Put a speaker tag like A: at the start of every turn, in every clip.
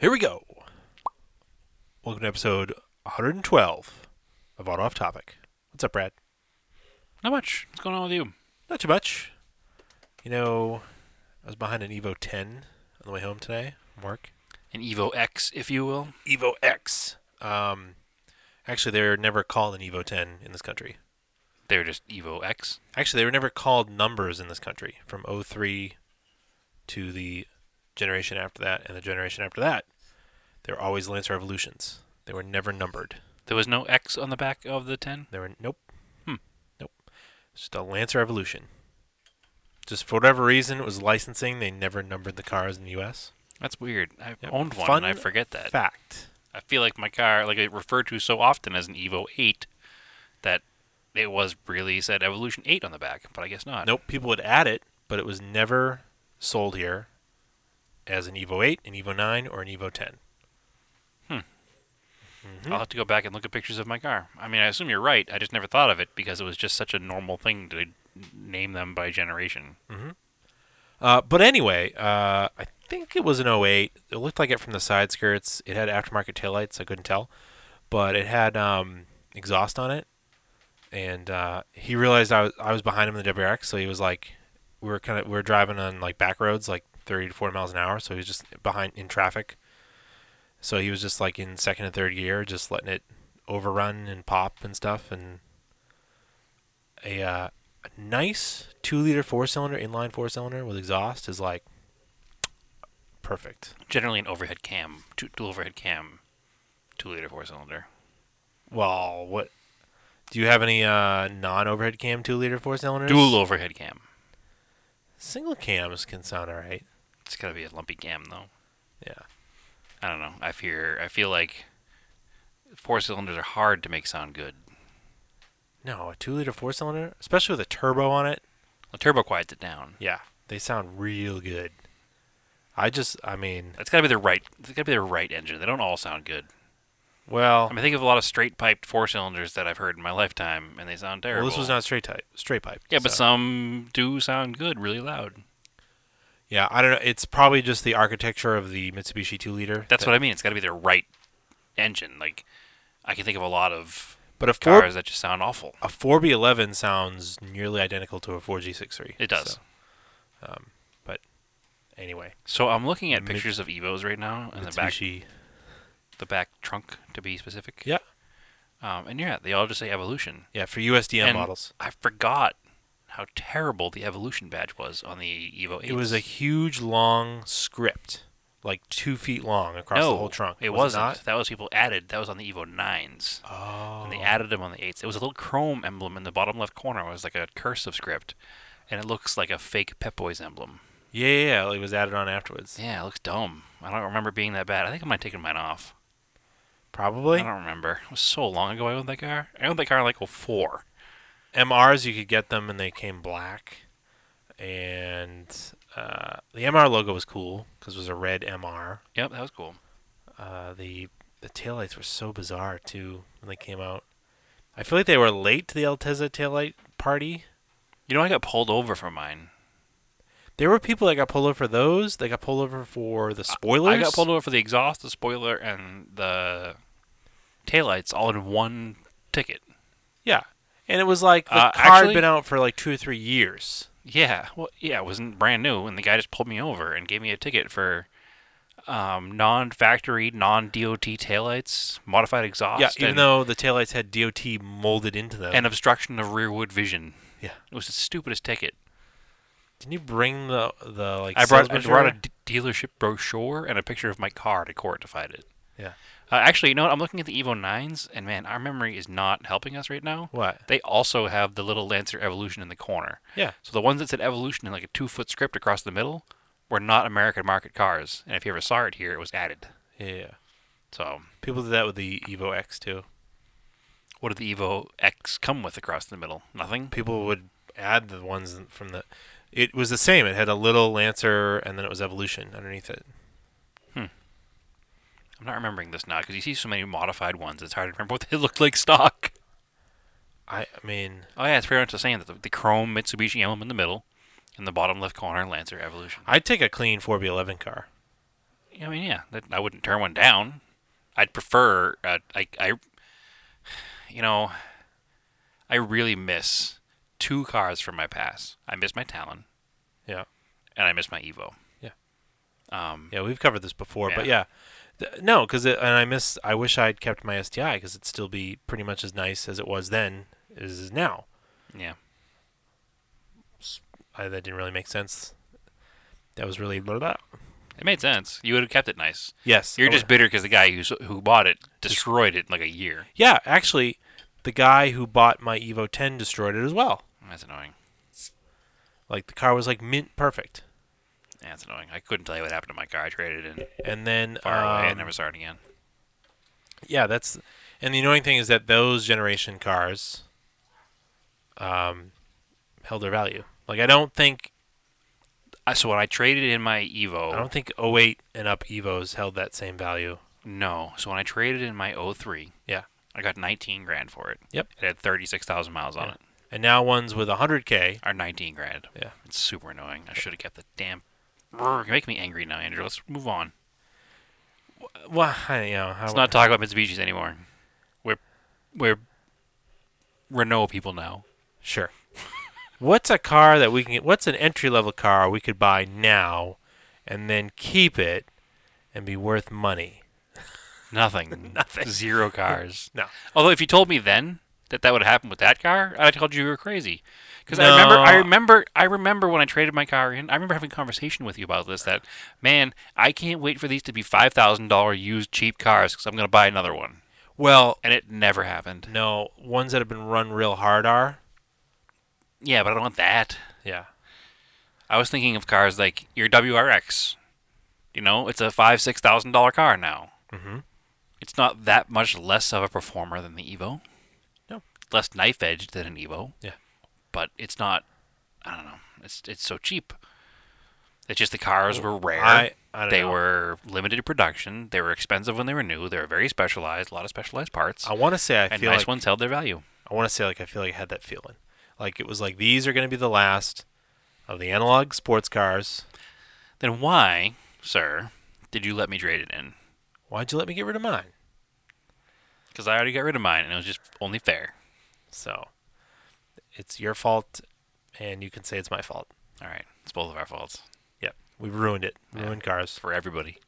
A: Here we go. Welcome to episode 112 of Auto Off Topic. What's up, Brad?
B: Not much. What's going on with you?
A: Not too much. You know, I was behind an Evo 10 on the way home today from work.
B: An Evo X, if you will.
A: Evo X. Um, actually, they were never called an Evo 10 in this country.
B: They're just Evo X.
A: Actually, they were never called numbers in this country from 03 to the generation after that and the generation after that. They were always Lancer Evolutions. They were never numbered.
B: There was no X on the back of the 10.
A: There were nope.
B: Hmm.
A: Nope. It's Just a Lancer Evolution. Just for whatever reason, it was licensing. They never numbered the cars in the U.S.
B: That's weird. I
A: Yep.
B: owned one
A: Fun
B: and I forget that.
A: Fact.
B: I feel like my car, like I referred to so often as an Evo 8, that it was really said Evolution 8 on the back, but I guess not.
A: Nope. People would add it, but it was never sold here as an Evo 8, an Evo 9, or an Evo 10.
B: I'll have to go back and look at pictures of my car. I mean, I assume you're right. I just never thought of it because it was just such a normal thing to name them by generation.
A: Uh, but anyway, uh, I think it was an 08. It looked like it from the side skirts. It had aftermarket taillights. I couldn't tell. But it had um, exhaust on it. And uh, he realized I was, I was behind him in the WRX. So he was like, we were kind of we were driving on like back roads, like 30 to 40 miles an hour. So he was just behind in traffic. So he was just like in second and third gear, just letting it overrun and pop and stuff. And a, uh, a nice two liter four cylinder, inline four cylinder with exhaust is like perfect.
B: Generally, an overhead cam, two, dual overhead cam, two liter four cylinder.
A: Well, what do you have any uh, non overhead cam two liter four cylinders?
B: Dual overhead cam.
A: Single cams can sound all right.
B: It's gotta be a lumpy cam though.
A: Yeah.
B: I don't know. I fear. I feel like four cylinders are hard to make sound good.
A: No, a two liter four cylinder, especially with a turbo on it.
B: The turbo quiets it down.
A: Yeah, they sound real good. I just, I mean,
B: That's gotta be the right. It's gotta be the right engine. They don't all sound good.
A: well,
B: I mean, think of a lot of straight piped four cylinders that I've heard in my lifetime, and they sound terrible.
A: well this was not straight type, straight pipe.
B: Yeah, but
A: so-
B: some do sound good, really loud.
A: yeah, I don't know. It's probably just the architecture of the Mitsubishi two liter.
B: That's what I mean. It's gotta be the right engine. Like, I can think of a lot of
A: But a four
B: cars that just sound awful.
A: a 4B11 sounds nearly identical to a 4G63.
B: It does.
A: So, um, but anyway,
B: So I'm looking at
A: Mits-
B: pictures of Evos right now, and the back
A: Mitsubishi.
B: the back trunk, to be specific.
A: Yeah.
B: Um, and yeah, they all just say evolution.
A: Yeah, for USDM
B: And
A: models.
B: I forgot how terrible the evolution badge was on the Evo 8.
A: It was a huge long script, like two feet long across
B: no,
A: the whole trunk.
B: It
A: was
B: wasn't.
A: not?
B: That was people added. That was on the Evo 9s.
A: Oh.
B: And they added them on the 8s. It was a little chrome emblem in the bottom left corner. It was like a cursive script. And it looks like a fake Pep Boys emblem.
A: Yeah, yeah, yeah. like, It was added on afterwards.
B: Yeah, it looks dumb. I don't remember it being that bad. I think I might have taken mine off.
A: Probably.
B: I don't remember. It was so long ago I owned that car. I owned that car in like 04.
A: MRs, you could get them and they came black. And uh, the MR logo was cool because it was a red MR.
B: Yep, that was cool.
A: uh, the the taillights were so bizarre too when they came out. I feel like they were late to the Altezza taillight party.
B: You know, I got pulled over for mine.
A: There were people that got pulled over for those. They got pulled over for the spoilers.
B: I got pulled over for the exhaust, the spoiler, and the taillights all in one ticket.
A: Yeah, and it was like the
B: Uh,
A: car
B: actually-
A: had been out for like two or three years.
B: Yeah, well, yeah, it wasn't brand new, and the guy just pulled me over and gave me a ticket for um, non-factory, non-DOT taillights, modified exhaust,
A: Yeah, even
B: and,
A: though the taillights had DOT molded into them.
B: and obstruction of rearward vision.
A: yeah,
B: It was the stupidest ticket.
A: didn't you bring the the like?
B: I brought I
A: salesman
B: brought a
A: shirt?
B: d- dealership brochure and a picture of my car to court to fight it.
A: yeah.
B: Uh, actually, you know what? I'm looking at the Evo 9s, and man, our memory is not helping us right now.
A: What?
B: They also have the little Lancer Evolution in the corner.
A: Yeah.
B: So the ones that said Evolution in like a two foot script across the middle were not American market cars. And if you ever saw it here, it was added.
A: yeah, yeah.
B: So
A: People did that with the Evo X too.
B: what did the Evo X come with across the middle? Nothing?
A: people would add the ones from the it was the same it had a little lancer and then it was evolution underneath it
B: I'm not remembering this now because you see so many modified ones, it's hard to remember what they looked like stock.
A: i, I mean
B: Oh, yeah, it's pretty much the same. The, the chrome Mitsubishi emblem in the middle, in the bottom left corner, Lancer Evolution.
A: i'd take a clean 4b11 car
B: I mean, yeah, that, I wouldn't turn one down. I'd prefer. Uh, I, I, you know, I really miss two cars from my past. I miss my Talon
A: Yeah.
B: and I miss my Evo.
A: Yeah.
B: Um.
A: Yeah, we've covered this before, but yeah,
B: Yeah.
A: Th- no, because and I miss. I wish I'd kept my STI because it'd still be pretty much as nice as it was then as it is now.
B: Yeah.
A: I, that didn't really make sense. That was really blah, blah.
B: It made sense. You would have kept it nice.
A: yes.
B: You're
A: I
B: just
A: would-
B: bitter because the guy who who bought it destroyed it in like a year.
A: yeah. Actually, the guy who bought my Evo 10 destroyed it as well.
B: That's annoying.
A: Like the car was like mint perfect,
B: That's annoying. I couldn't tell you what happened to my car. I traded it in
A: and then
B: far away. I
A: um,
B: never saw it again.
A: Yeah, that's and the annoying thing is that those generation cars um, held their value. Like I don't think
B: Uh, So when I traded in my Evo,
A: I don't think 08 and up Evos held that same value.
B: no. So when I traded in my 03,
A: Yeah.
B: I got 19 grand for it.
A: Yep.
B: It had 36,000 miles on
A: Yeah.
B: it.
A: And now ones with 100k.
B: Or 19 grand.
A: Yeah.
B: It's super annoying. I should have kept the damn. Brr, You make me angry now, Andrew. Let's move on.
A: Well, I, you know, how,
B: Let's not talk about Mitsubishis anymore. We're we're Renault people now.
A: sure. what's a car that we can get? What's an entry level car we could buy now, and then keep it, and be worth money?
B: Nothing. Nothing. Zero cars.
A: No.
B: Although if you told me then that that would happen with that car, I told you you were crazy. Because I remember, I
A: No.
B: remember, I remember when I traded my car in. I remember having a conversation with you about this. That man, I can't wait for these to be five thousand dollar used cheap cars because I'm going to buy another one.
A: Well,
B: And it never happened.
A: no. Ones that have been run real hard are.
B: Yeah, but I don't want that.
A: Yeah.
B: I was thinking of cars like your WRX. You know, it's a five six thousand dollar car now.
A: Mhm.
B: It's not that much less of a performer than the Evo.
A: No.
B: less knife edged than an Evo.
A: Yeah.
B: but it's not. I don't know. It's it's so cheap. It's just the cars were rare.
A: Oh, I- I don't
B: they
A: know.
B: were limited production. They were expensive when they were new. They were very specialized. A lot of specialized parts.
A: I want to say I
B: and
A: feel
B: nice
A: like
B: ones held their value.
A: I want to say like I feel like I had that feeling. Like it was like these are going to be the last of the analog sports cars.
B: Then why, sir, did you let me trade it in?
A: Why'd you let me get rid of mine?
B: Because I already got rid of mine, and it was just only fair.
A: So it's your fault, and you can say it's my fault.
B: All right, it's both of our faults
A: Yep, we ruined it.
B: Yeah.
A: Ruined cars.
B: for everybody.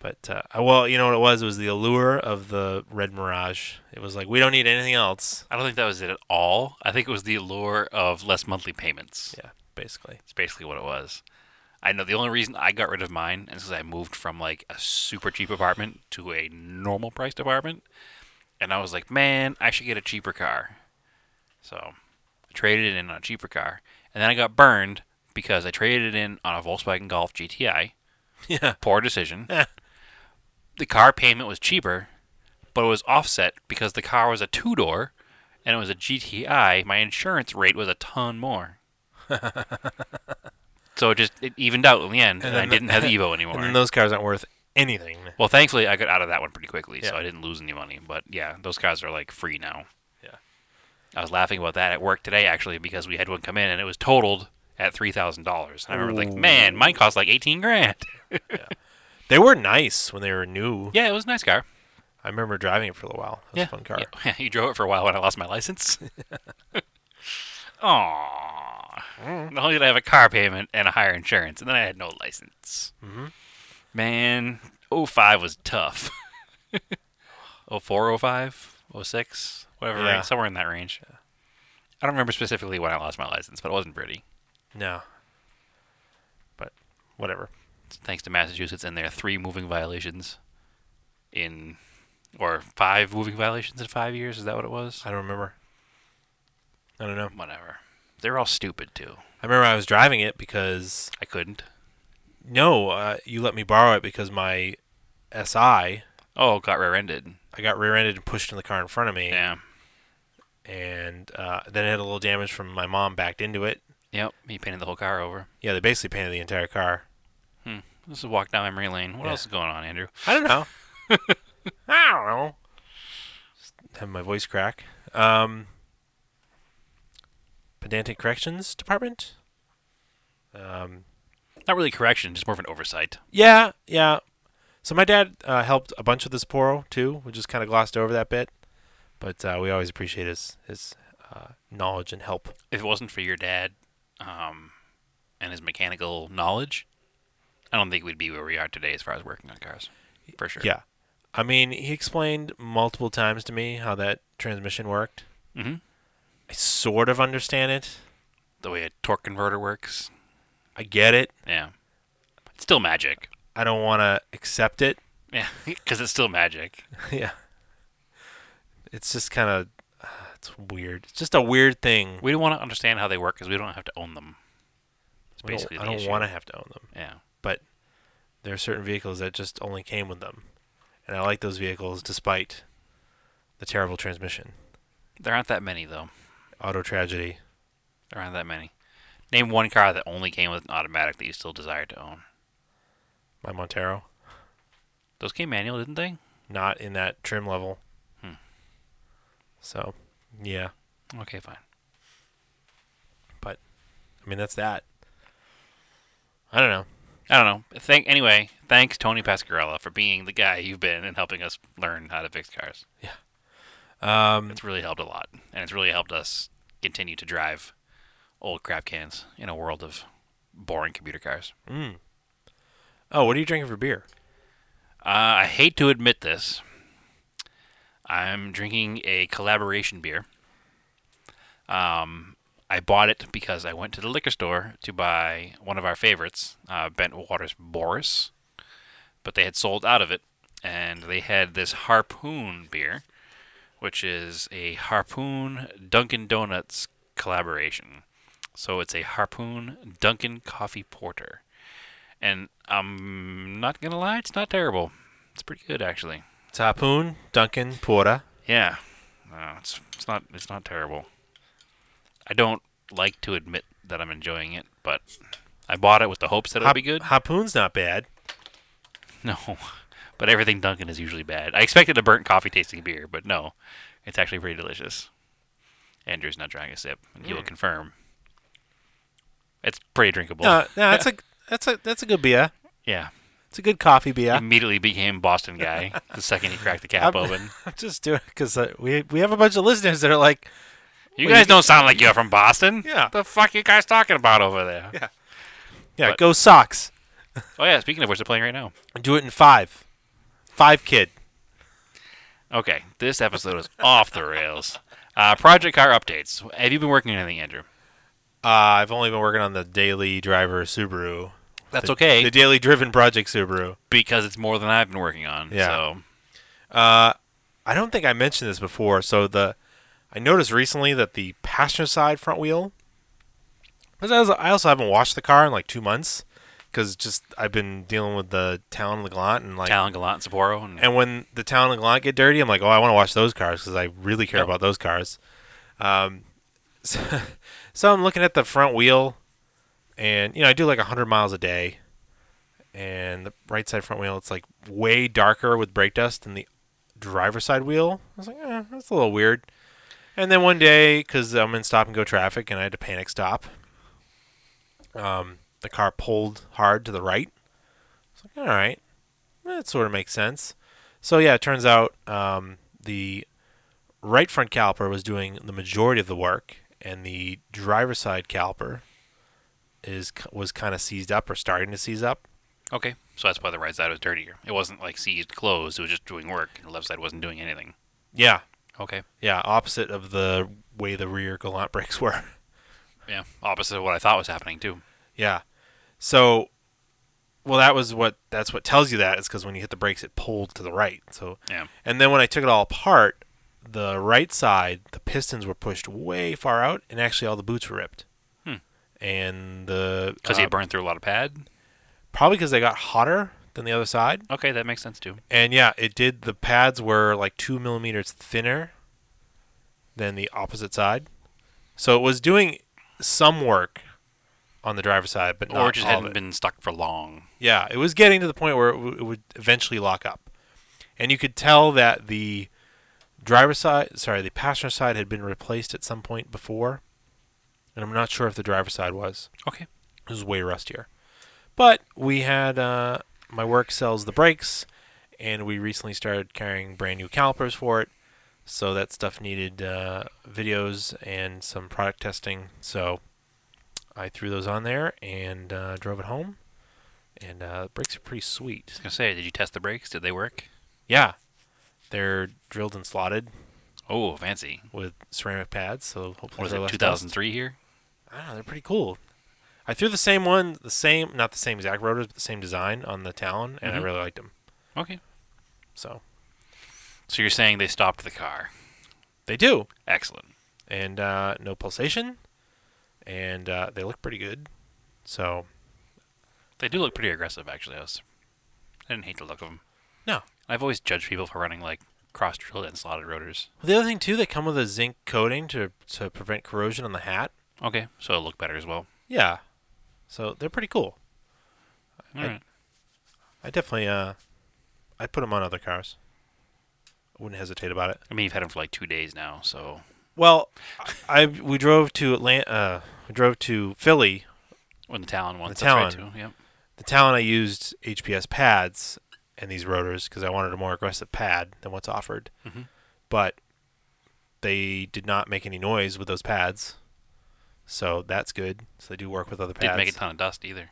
A: But uh, I- well, you know what it was? It was the allure of the red Mirage. It was like we don't need anything else.
B: I don't think that was it at all. I think it was the allure of less monthly payments.
A: Yeah, basically.
B: It's basically what it was. I know the only reason I got rid of mine is because I moved from like a super cheap apartment to a normal priced apartment, and I was like, man, I should get a cheaper car. So I traded it in on a cheaper car, and then I got burned because I traded it in on a Volkswagen Golf GTI.
A: Yeah.
B: Poor decision.
A: Eh.
B: the car payment was cheaper, but it was offset because the car was a two door and it was a GTI. My insurance rate was a ton more. so it just it evened out in the end, and,
A: then
B: I
A: the-
B: didn't have Evo
A: And
B: anymore.
A: then those cars aren't worth anything.
B: well, thankfully, I got out of that one pretty quickly, so
A: Yeah.
B: I didn't lose any money. But yeah, those cars are like free now.
A: Yeah.
B: I was laughing about that at work today, actually, because we had one come in and it was totaled at three thousand dollars. And I remember like, man, mine cost like eighteen grand.
A: They were nice when they were new.
B: yeah, it was a nice car.
A: I remember driving it for a little while. It was
B: yeah.
A: a fun car.
B: Yeah. you drove it for a while when I lost my license. Aww.
A: Mm.
B: Not only did I have a car payment and a higher insurance, and then I had no license.
A: Mhm.
B: Man, 05 was tough. 04, 05, 06, whatever,
A: Yeah.
B: range, somewhere in that range. I don't remember specifically when I lost my license, but it wasn't pretty.
A: No. But whatever.
B: Thanks to Massachusetts and their three moving violations in, or five moving violations in five years. Is that what it was?
A: I don't remember. I don't know.
B: whatever. They're all stupid too.
A: I remember I was driving it because
B: I couldn't.
A: no, uh, you let me borrow it because my SI I
B: Oh, got rear-ended.
A: got rear-ended and pushed in the car in front of me,
B: Yeah.
A: and uh, then it had a little damage from my mom backed into it.
B: Yep. He painted the whole car over.
A: Yeah, they basically painted the entire car.
B: This is a walk down memory lane. What
A: Yeah.
B: else is going on, Andrew?
A: I don't know. I don't know. Just have my voice crack. Um, pedantic corrections department. Um,
B: Not really correction, just more of an oversight.
A: Yeah, yeah. So my dad uh, helped a bunch with this Poro too. We just kind of glossed over that bit, but uh, we always appreciate his his uh, knowledge and help.
B: If it wasn't for your dad um, and his mechanical knowledge, I don't think we'd be where we are today as far as working on cars. For sure.
A: Yeah, I mean, he explained multiple times to me how that transmission worked.
B: Mhm.
A: I sort of understand it.
B: The way a torque converter works.
A: I get it.
B: Yeah. It's still magic.
A: I don't want to accept it.
B: Yeah, because it's still magic.
A: yeah, it's just kind of it's weird. It's just a weird thing.
B: We don't want to understand how they work because we don't have to own them. It's
A: I don't-
B: basically
A: I
B: the
A: don't
B: issue.
A: want to have to own them.
B: Yeah.
A: but there are certain vehicles that just only came with them, and I like those vehicles despite the terrible transmission,
B: There aren't that many, though.
A: auto tragedy.
B: There aren't that many. Name one car that only came with an automatic that you still desire to own.
A: My Montero,
B: Those came manual, didn't they?
A: not in that trim level.
B: Hmm.
A: So, yeah,
B: Okay, fine.
A: I mean that's that. I don't know.
B: I don't know. Thank anyway. Thanks, Tony Pasquarella, for being the guy you've been and helping us learn how to fix cars.
A: Um,
B: It's really helped a lot, and it's really helped us continue to drive old crap cans in a world of boring computer cars.
A: mm. Oh, what are you drinking for beer?
B: Uh, I hate to admit this. I'm drinking a collaboration beer. Um, I bought it because I went to the liquor store to buy one of our favorites, uh, Bent Waters Boris, but they had sold out of it, and they had this Harpoon beer, which is a Harpoon Dunkin' Donuts collaboration. So it's a Harpoon Dunkin' Coffee Porter and I'm not gonna lie, it's not terrible. It's pretty good actually.
A: It's Harpoon, Duncan, Porta.
B: Yeah, no, it's it's not it's not terrible. I don't like to admit that I'm enjoying it, but I bought it with the hopes that it'll
A: Hop-
B: be good.
A: Harpoon's not bad.
B: No, but everything Dunkin' is usually bad. I expected a burnt coffee tasting beer, but no, it's actually pretty delicious. Andrew's not trying a sip, and he will confirm. It's pretty drinkable.
A: No, no, that's a that's a that's a good beer.
B: yeah,
A: It's a good coffee beer.
B: immediately became Boston guy the second he cracked the cap
A: I'm-
B: open.
A: I'm just doing because uh, we we have a bunch of listeners that are like,
B: You
A: Well,
B: guys
A: you-
B: don't sound like you're from Boston.
A: Yeah.
B: The fuck you guys talking about over there?
A: Yeah. yeah,
B: But-
A: go socks.
B: Oh yeah. Speaking of which, they're playing right now.
A: Do it in five, five kid.
B: Okay. This episode is off the rails. Uh, Project Car updates. Have you been working on anything, Andrew?
A: Uh, I've only been working on the daily driver Subaru.
B: That's
A: The-
B: okay
A: The daily driven project Subaru.
B: because it's more than I've been working on.
A: Yeah.
B: So
A: Uh, I don't think I mentioned this before. So the I noticed recently that the passenger side front wheel. Because I, was- I also haven't washed the car in like two months, because just I've been dealing with the Talon Laglant and like
B: Talon Gallant, Sapporo, and,
A: And when the town and Gallant get dirty, I'm like, oh, I want to watch those cars because I really care
B: Yep.
A: about those cars. Um, so, so I'm looking at the front wheel, and you know I do like 100 miles a day, and the right side front wheel it's like way darker with brake dust than the driver's side wheel. I was like, eh, that's a little weird. And then one day, because I'm in stop and go traffic, and I had to panic stop, um, the car pulled hard to the right. I was like, all right, that sort of makes sense. So yeah, it turns out um, the right front caliper was doing the majority of the work, and the driver's side caliper is was kind of seized up or starting to seize up.
B: okay. So that's why the right side was dirtier. It wasn't like seized closed. It was just doing work, and the left side wasn't doing anything.
A: Yeah,
B: Okay.
A: yeah, opposite of the way the rear gallant brakes were.
B: Yeah. Opposite of what I thought was happening too.
A: yeah, so well that was what that's what tells you that is because when you hit the brakes it pulled to the right. So
B: Yeah.
A: And then when I took it all apart, the right side, the pistons were pushed way far out, and actually all the boots were ripped.
B: Hmm.
A: And the
B: Because
A: uh,
B: he burned through a lot of pad.
A: probably because they got hotter than the other side.
B: Okay, that makes sense too.
A: And yeah, it did. The pads were like two millimeters thinner than the opposite side, so it was doing some work on the driver's side, but
B: or
A: not
B: it just
A: all of
B: hadn't
A: it.
B: been stuck for long.
A: Yeah, it was getting to the point where it, w- it would eventually lock up, and you could tell that the driver's side, sorry, the passenger side had been replaced at some point before, and I'm not sure if the driver's side was.
B: Okay.
A: It was way rustier, But we had uh, my work sells the brakes, and we recently started carrying brand new calipers for it. So that stuff needed uh, videos and some product testing. So I threw those on there and uh, drove it home. And uh, the brakes are pretty sweet.
B: gonna say, did you test the brakes? Did they work?
A: Yeah, they're drilled and slotted
B: Oh, fancy.
A: with ceramic pads. So hopefully
B: What is
A: they're
B: it,
A: less dust.
B: 2003 here?
A: I don't know. They're pretty cool. I threw the same one, the same, not the same exact rotors, but the same design on the Talon, and I
B: Mhm.
A: really liked them.
B: Okay.
A: So
B: So you're saying they stopped the car.
A: they do,
B: Excellent.
A: and uh, no pulsation, and uh, they look pretty good. So
B: They do look pretty aggressive, actually. I, was, I didn't hate the look of them.
A: No.
B: I've always judged people for running like cross drilled and slotted rotors.
A: the other thing too, they come with a zinc coating to to prevent corrosion on the hat.
B: Okay, so it'll look better as well.
A: Yeah, so they're pretty cool.
B: All
A: I-
B: right.
A: I definitely, uh, I'd put them on other cars. I wouldn't hesitate about it.
B: I mean, you've had them for like two days now, so
A: Well, I, I we drove to Atlanta, uh, we drove to Philly
B: when the Talon one,
A: The
B: that's
A: Talon.
B: right too. Yep.
A: the talent I used HPS pads and these rotors because I wanted a more aggressive pad than what's offered.
B: Mhm.
A: But they did not make any noise with those pads, so that's good. So they do work with other pads.
B: Didn't make a ton of dust either.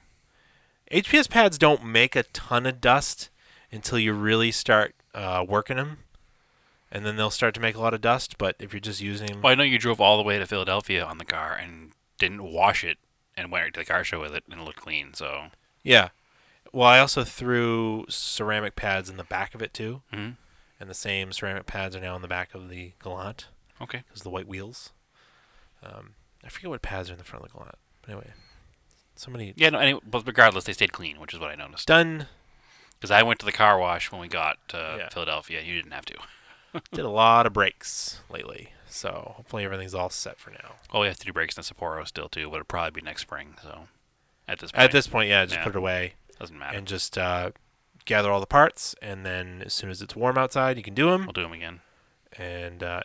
A: HPS pads don't make a ton of dust until you really start uh, working them, and then they'll start to make a lot of dust. But if you're just using 'em-
B: Well, I know you drove all the way to Philadelphia on the car and didn't wash it and went right to the car show with it and it looked clean. So
A: yeah. Well, I also threw ceramic pads in the back of it too,
B: Mhm.
A: and the same ceramic pads are now in the back of the Galant.
B: okay,
A: because the white wheels. Um, I forget what pads are in the front of the Galant. But anyway, somebody
B: yeah. No, any, but regardless, they stayed clean, which is what I noticed.
A: done
B: Because I went to the car wash when we got to
A: Yeah.
B: Philadelphia. and You didn't have to.
A: did a lot of brakes lately, so hopefully everything's all set for now.
B: Well, we have to do brakes in Sapporo still too, but it'll probably be next spring. So at this point,
A: At this point, yeah, just
B: Yeah.
A: put it away
B: doesn't matter.
A: and just uh, gather all the parts, and then as soon as it's warm outside, you can do them.
B: we'll do them again.
A: And uh,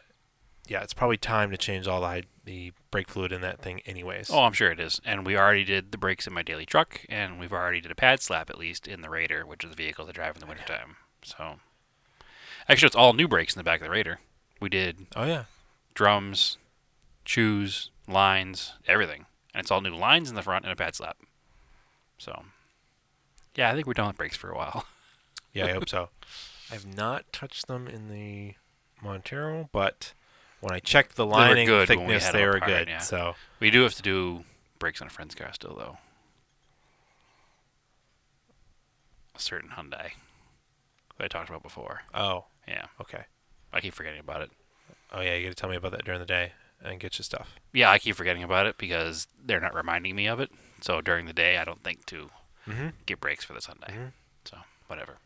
A: yeah, it's probably time to change all the hy- the brake fluid in that thing, anyways.
B: Oh, I'm sure it is. And we already did the brakes in my daily truck, and we've already did a pad slap at least in the Raider, which is the vehicle that I drive in the wintertime. So actually, it's all new brakes in the back of the Raider. We did
A: Oh, yeah,
B: drums, shoes, lines, everything, and it's all new lines in the front and a pad slap. So yeah, I think we're done with brakes for a while.
A: yeah, I hope so. I've not touched them in the Montero, but when I checked the
B: were
A: lining
B: good when we
A: thickness,
B: had
A: they
B: them
A: were
B: apart,
A: good.
B: yeah.
A: So
B: We do have to do brakes on a friend's car still, though. A certain Hyundai that I talked about before.
A: Oh,
B: Yeah,
A: okay.
B: I keep forgetting about it.
A: Oh yeah, you gotta tell me about that during the day and get your stuff.
B: Yeah, I keep forgetting about it because they're not reminding me of it. So during the day, I don't think to
A: Mm-hmm.
B: get brakes for this Hyundai.
A: Mhm.
B: So whatever.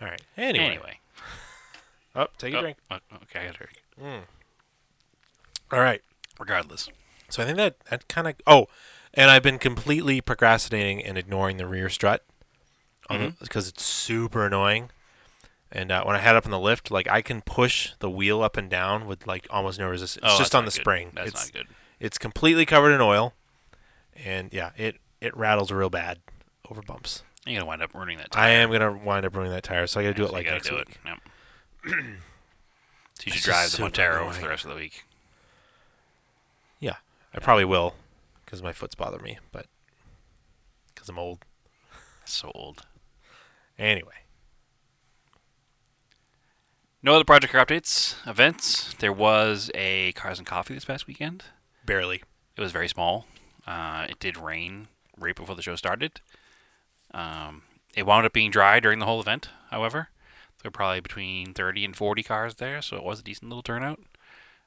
A: All right. Anyway,
B: anyway.
A: oh, take a
B: Oh,
A: drink.
B: o- okay, I got a drink.
A: All right.
B: Regardless,
A: So I think that that kind of. Oh, and I've been completely procrastinating and ignoring the rear strut, because
B: Mm-hmm.
A: it's super annoying. And uh, when I had it up on the lift, like I can push the wheel up and down with like almost no resistance.
B: Oh,
A: it's just
B: that's
A: on the
B: not good.
A: spring.
B: That's
A: it's
B: not good.
A: it's completely covered in oil, and yeah, it it rattles real bad over bumps.
B: You're gonna wind up ruining that.
A: I am gonna wind up ruining that tire, so I gotta do it
B: So
A: like
B: you gotta
A: next
B: do
A: week.
B: It. Yep. so you
A: It's
B: should
A: just
B: drive the
A: super
B: Montero for the
A: annoying.
B: rest of the week.
A: Yeah, I probably will because my foot's bother me, but because I'm old.
B: So old.
A: Anyway,
B: No other project car updates, events. There was a Cars and Coffee this past weekend.
A: barely.
B: It was very small. Uh, it did rain right before the show started. Um, it wound up being dry during the whole event, however. There were probably between 30 and 40 cars there, so it was a decent little turnout.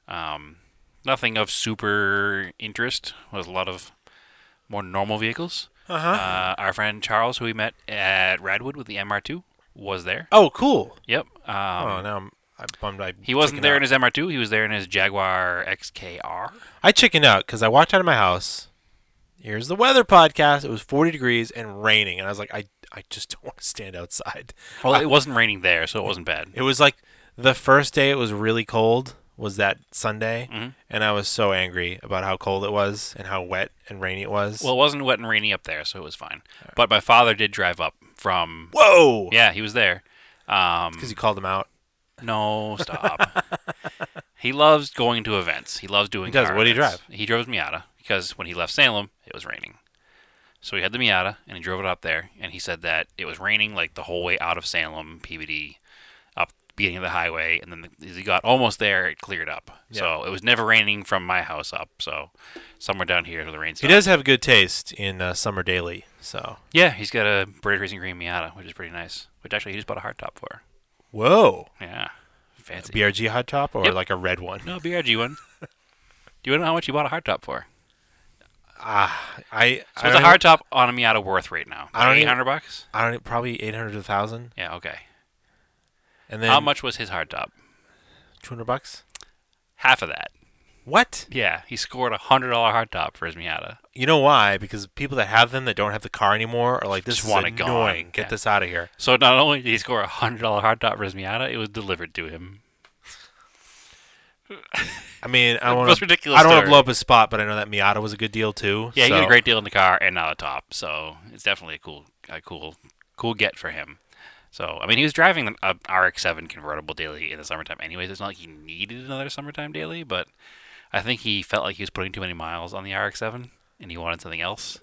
B: Um, nothing of super interest. was a lot of more normal vehicles.
A: Uh-huh.
B: Uh, our friend Charles, who we met at Radwood with the MR2, was there.
A: Oh, cool.
B: Yep. Um,
A: oh, now I'm, I'm bummed. I
B: He wasn't
A: chickened
B: there
A: out.
B: in his MR2. He was there in his Jaguar XKR.
A: I chickened out because I walked out of my house. Here's the weather podcast. It was 40 degrees and raining, and I was like, I I just don't want to stand outside.
B: Uh, Well, it wasn't raining there, so it wasn't bad.
A: It was like the first day it was really cold was that Sunday,
B: Mhm.
A: and I was so angry about how cold it was and how wet and rainy it was.
B: Well, it wasn't wet and rainy up there, so it was fine. But my father did drive up from.
A: whoa!
B: Yeah, he was there. Um,
A: because you called him out.
B: no, stop. he loves going to events. He loves doing.
A: He does.
B: car
A: What'd he
B: events. He drove his Miata because when he left Salem, it was raining. So he had the Miata and he drove it up there, and he said that it was raining like the whole way out of Salem PBD, up the beginning of the highway, and then as he got almost there, it cleared up. So it was never raining from my house up. So somewhere down here, the rain.
A: He does have good taste in uh, summer daily. So
B: Yeah, he's got a British Racing Green Miata, which is pretty nice. Which actually he just bought a hardtop for.
A: whoa,
B: Yeah, fancy.
A: BRG hot top or
B: Yep.
A: like a red one.
B: no BRG one. Do you know how much you bought a hardtop for?
A: Ah, I.
B: So
A: I
B: it's
A: don't
B: a
A: even-
B: hardtop on a Miata worth right now.
A: I don't
B: Eight
A: even-
B: hundred bucks.
A: I don't probably eight hundred to thousand,
B: Yeah, okay.
A: and then
B: how much was his hardtop?
A: Two hundred bucks.
B: Half of that.
A: What?
B: Yeah, he scored a hundred dollar hardtop for his Miata.
A: You know why? Because people that have them that don't have the car anymore are like, "This
B: Just
A: is
B: want it
A: annoying.
B: gone.
A: Get
B: Yeah.
A: this out of here."
B: So not only did he score a hundred dollar hardtop for his Miata, it was delivered to him.
A: I mean, I
B: The
A: want
B: most
A: to.
B: ridiculous
A: I don't want
B: story.
A: to blow up his spot, but I know that Miata was a good deal too.
B: Yeah, he
A: so-
B: got a great deal in the car and now a top, so it's definitely a cool, a cool, cool get for him. So I mean, he was driving a RX-7 convertible daily in the summertime, anyways. It's not like he needed another summertime daily, but I think he felt like he was putting too many miles on the RX-7 and he wanted something else.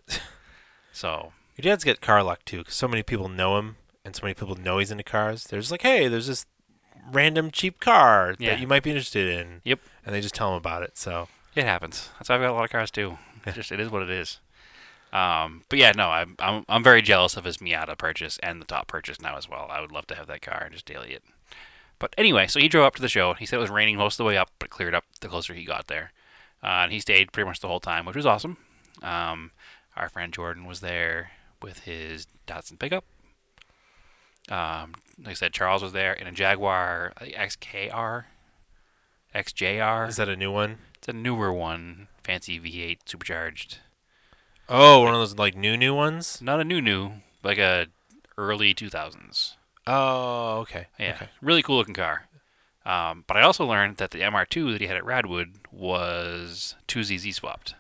B: so
A: Your dad's got car luck too, because so many people know him, and so many people know he's into cars. They're just like, "Hey, there's this random cheap car
B: Yeah.
A: that you might be interested in."
B: Yep.
A: And they just tell him about it. So
B: It happens. That's why I've got a lot of cars too. It's just it is what it is. Um, but yeah, no, I'm I'm I'm very jealous of his Miata purchase and the top purchase now as well. I would love to have that car and just daily it. But anyway, so he drove up to the show. He said it was raining most of the way up, but cleared up the closer he got there. Uh, and he stayed pretty much the whole time, which was awesome. Um, our friend Jordan was there with his Datsun pickup. Um, like I said, Charles was there in a Jaguar I think XKR, XJR.
A: is that a new one?
B: It's a newer one, fancy V8 supercharged.
A: Oh, one of those like new new ones.
B: It's not a new new, like a early 2000s.
A: Oh, okay.
B: Yeah,
A: Okay.
B: really cool looking car. Um, but I also learned that the MR2 that he had at Radwood was 2ZZ swapped.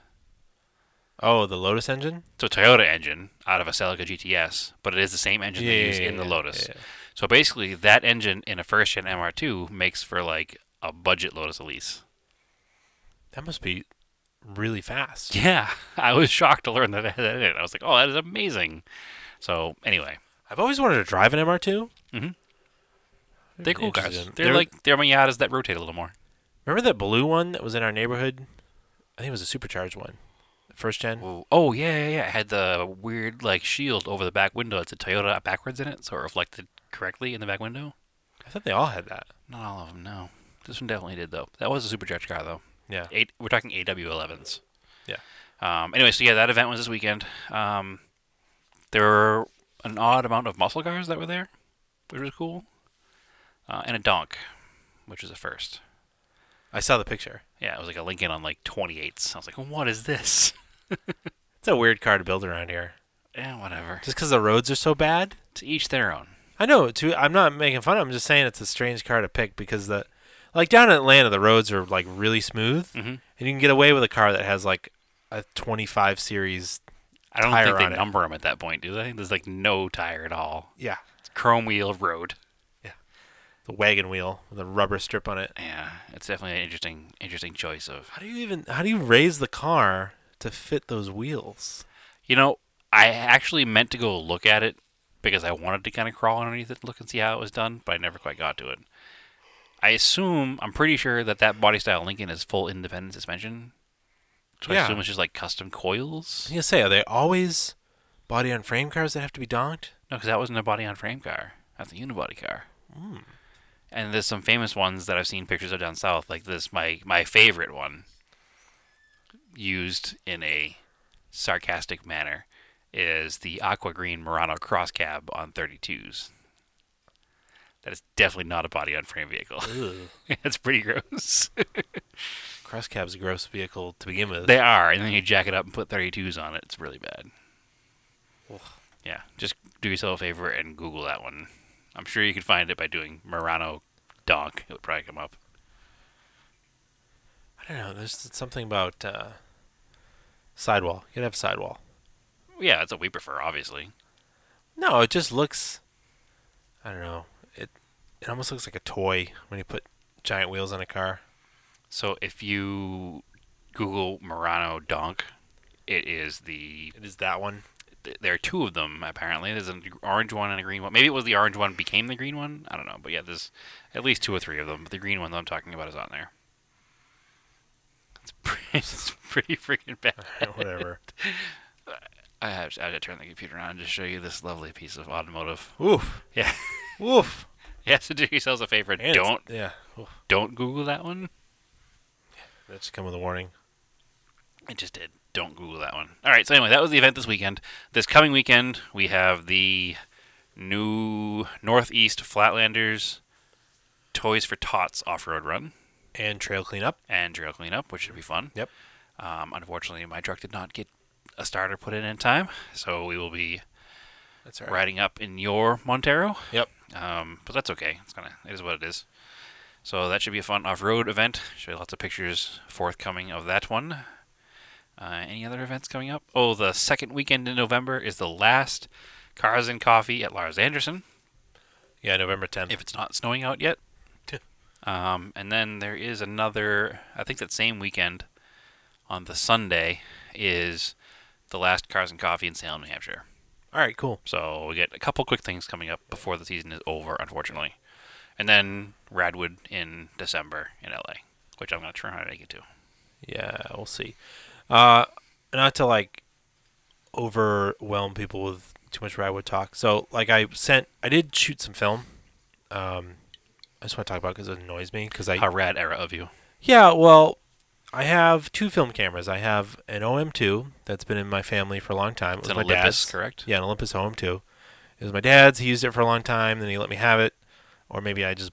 A: Oh, the Lotus engine.
B: So Toyota engine out of a Celica GTS, but it is the same engine they use in the Lotus.
A: yeah.
B: So basically, that engine in a first gen MR2 makes for like a budget Lotus Elise.
A: That must be really fast.
B: Yeah, I was shocked to learn that it had it. I was like, oh, that is amazing. So anyway,
A: I've always wanted to drive an MR2. I'd
B: Mhm.
A: be
B: They're cool cars.
A: interested in-
B: They're, like they're Miatas that rotate a little more.
A: remember that blue one that was in our neighborhood? I think it was a supercharged one, the first gen.
B: Oh yeah, yeah, yeah. It had the weird like shield over the back window. It's a Toyota backwards in it, so it reflected correctly in the back window.
A: I thought they all had that.
B: Not all of them, no. This one definitely did though. That was a supercharged car though.
A: Yeah.
B: Eight. We're talking AW11s.
A: Yeah.
B: Um. Anyway, so yeah, that event was this weekend. Um, there were an odd amount of muscle cars that were there, which was cool. Uh, and a donk, which is a first.
A: I saw the picture.
B: Yeah, it was like a Lincoln on like 28s. I was like, what is this?
A: It's a weird car to build around here,
B: Yeah, Eh, whatever.
A: just because the roads are so bad.
B: To each their own.
A: I know. Too. I'm not making fun. of it, I'm just saying it's a strange car to pick because the, like down in Atlanta, the roads are like really smooth,
B: Mhm.
A: and you can get away with a car that has like a 25 series.
B: I don't
A: Tire
B: think they
A: on it.
B: number them at that point, do they? There's like no tire at all.
A: Yeah.
B: It's chrome wheel road.
A: The wagon wheel with a rubber strip on it.
B: Yeah, it's definitely an interesting, interesting choice of.
A: How do you even? How do you raise the car to fit those wheels?
B: You know, I actually meant to go look at it because I wanted to kind of crawl underneath it, look and see how it was done, but I never quite got to it. I assume I'm pretty sure that that body style Lincoln is full independent suspension. So I
A: Yeah.
B: assume it's just like custom coils.
A: I was gonna say, are they always body on frame cars that have to be donked?
B: No, because that wasn't a body on frame car. That's a unibody car. And there's some famous ones that I've seen pictures of down south, like this. My my favorite one, used in a sarcastic manner, is the aqua green Murano cross cab on 32s. That is definitely not a body on frame vehicle.
A: Ugh.
B: it's pretty gross.
A: Cross cab's a gross vehicle to begin with.
B: they are, and then you jack it up and put 32s on it. It's really bad. Yeah, just do yourself a favor and Google that one. I'm sure you could find it by doing Murano Donk. It would probably come up.
A: I don't know. There's something about uh, sidewall. You can have sidewall.
B: Yeah, that's what we prefer, obviously.
A: No, it just looks. I don't know. It it almost looks like a toy when you put giant wheels on a car.
B: So if you Google Murano Donk, it is the.
A: It is that one.
B: th- There are two of them apparently. There's an orange one and a green one. Maybe it was the orange one became the green one. I don't know, but yeah, there's at least two or three of them. But the green one that I'm talking about is on there. It's pretty, it's pretty freaking bad.
A: Whatever.
B: I have, I have to turn the computer on to show you this lovely piece of automotive.
A: Oof.
B: Yeah,
A: Oof.
B: yeah. So do yourselves a favor.
A: And it's-
B: don't
A: Yeah. Oof.
B: don't Google that one.
A: That should come with a warning.
B: It just did. Don't Google that one. All right. So anyway, that was the event this weekend. This coming weekend, we have the new Northeast Flatlanders Toys for Tots off-road run
A: And trail cleanup.
B: and trail cleanup, which should be fun.
A: Yep.
B: Um, unfortunately, my truck did not get a starter put in in time, so we will be
A: That's all right.
B: riding up in your Montero.
A: Yep.
B: Um, but that's okay. It's gonna. It is what it is. So that should be a fun off-road event. Should be lots of pictures forthcoming of that one. Uh, any other events coming up? Oh, the second weekend in November is the last Cars and Coffee at Lars Anderson.
A: Yeah, November 10th.
B: If it's not snowing out yet. Um, and then there is another. I think that same weekend, on the Sunday, is the last Cars and Coffee in Salem, New Hampshire.
A: all right, cool.
B: So we get a couple quick things coming up before the season is over, unfortunately. And then Radwood in December in LA, which I'm going to try and make it to.
A: Yeah, we'll see. Uh, not to like overwhelm people with too much Radwood talk. So, like, I sent, I did shoot some film. Um, I just want to talk about because it, annoys me. Because I,
B: How rad era of you.
A: yeah, well, I have two film cameras. I have an OM2 that's been in my family for a long time. It
B: It's
A: was my
B: an Olympus,
A: dad's.
B: correct?
A: Yeah, an Olympus OM2. It was my dad's. He used it for a long time. Then he let me have it, or maybe I just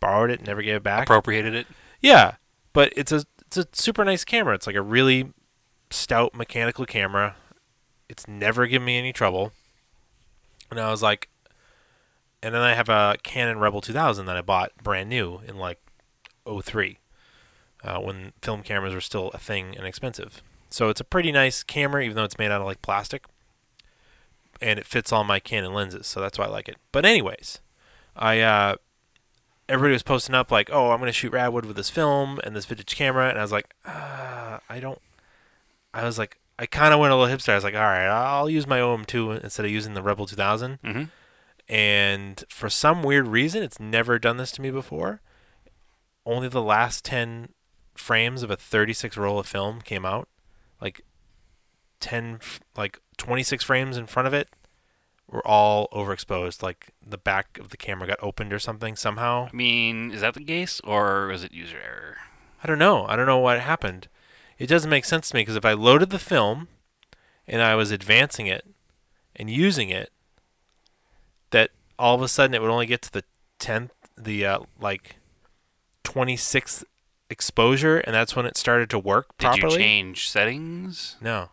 A: borrowed it, and never gave it back.
B: Appropriated it.
A: Yeah, but it's a it's a super nice camera. It's like a really stout mechanical camera. It's never given me any trouble. And I was like, and then I have a Canon Rebel 2000 that I bought brand new in like 03 uh, when film cameras were still a thing and expensive. So it's a pretty nice camera, even though it's made out of like plastic. And it fits all my Canon lenses, so that's why I like it. But anyways, I uh, everybody was posting up like, "Oh, I'm going to shoot Radwood with this film and this vintage camera," and I was like, uh, "I don't." I was like, I kind of went a little hipster. I was like, "All right, I'll use my OM2 instead of using the Rebel 2000."
B: Mhm.
A: And for some weird reason, it's never done this to me before. Only the last ten frames of a 36 roll of film came out, like ten, f- like 26 frames in front of it. Were all overexposed, like the back of the camera got opened or something somehow.
B: I mean, is that the case or is it user error?
A: I don't know. I don't know what happened. It doesn't make sense to me because if I loaded the film and I was advancing it and using it, that all of a sudden it would only get to the 10th, the uh, like 26th exposure, and that's when it started to work
B: Did
A: properly.
B: you change settings?
A: No.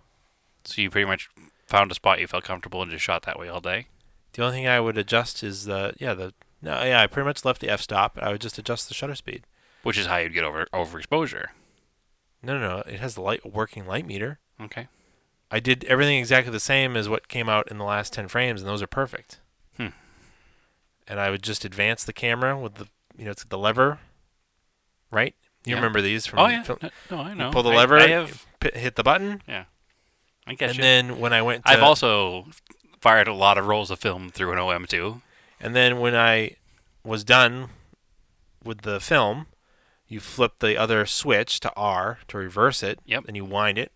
B: So you pretty much found a spot you felt comfortable and just shot that way all day?
A: The only thing I would adjust is the, yeah, the, no, yeah, I pretty much left the f stop. I would just adjust the shutter speed.
B: Which is how you'd get over overexposure.
A: No, no, no. It has the light, working light meter.
B: Okay.
A: I did everything exactly the same as what came out in the last 10 frames, and those are perfect.
B: Hmm.
A: And I would just advance the camera with the, you know, it's the lever, right? You
B: Yeah.
A: remember these from
B: Oh, yeah.
A: fil-
B: No, no, I know.
A: pull the
B: I-
A: lever,
B: I, have.
A: p- hit the button,
B: I guess
A: and then when I went to,
B: I've also fired a lot of rolls of film through an OM2.
A: and then when I was done with the film, you flip the other switch to R to reverse it,
B: Yep.
A: and you wind it,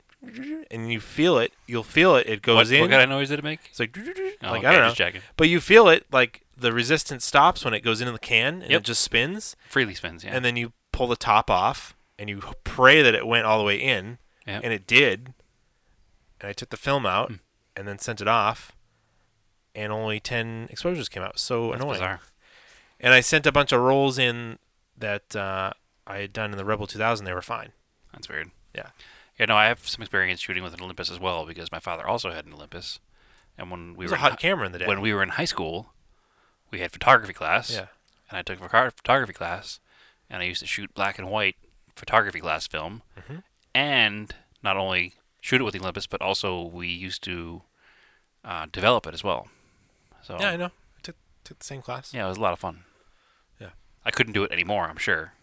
A: and you feel it, you'll feel it, it goes
B: What,
A: in.
B: what kind of noise did it make?
A: it's like,
B: Oh,
A: like
B: okay,
A: I don't know.
B: Just checking.
A: But you feel it like the resistance stops when it goes into the can and
B: Yep.
A: it just spins,
B: Freely spins, yeah.
A: and then you pull the top off and you pray that it went all the way in,
B: Yep. Hmm.
A: and it did. And I took the film out and then sent it off, and only ten exposures came out. So
B: That's
A: annoying.
B: bizarre.
A: And I sent a bunch of rolls in that uh, I had done in the Rebel 2000. They were fine.
B: That's weird.
A: Yeah.
B: Yeah, no, I have some experience shooting with an Olympus as well because my father also had an Olympus, and when we
A: It was
B: were
A: a
B: in
A: hot
B: hi-
A: camera in the day.
B: when we were in high school, we had photography class.
A: yeah.
B: And I took a phocar- photography class, and I used to shoot black and white photography class film, and not only shoot it with the Olympus, but also we used to uh, develop it as well. So
A: Yeah, I know. I took, took the same class.
B: yeah, it was a lot of fun.
A: Yeah.
B: I couldn't do it anymore. I'm sure.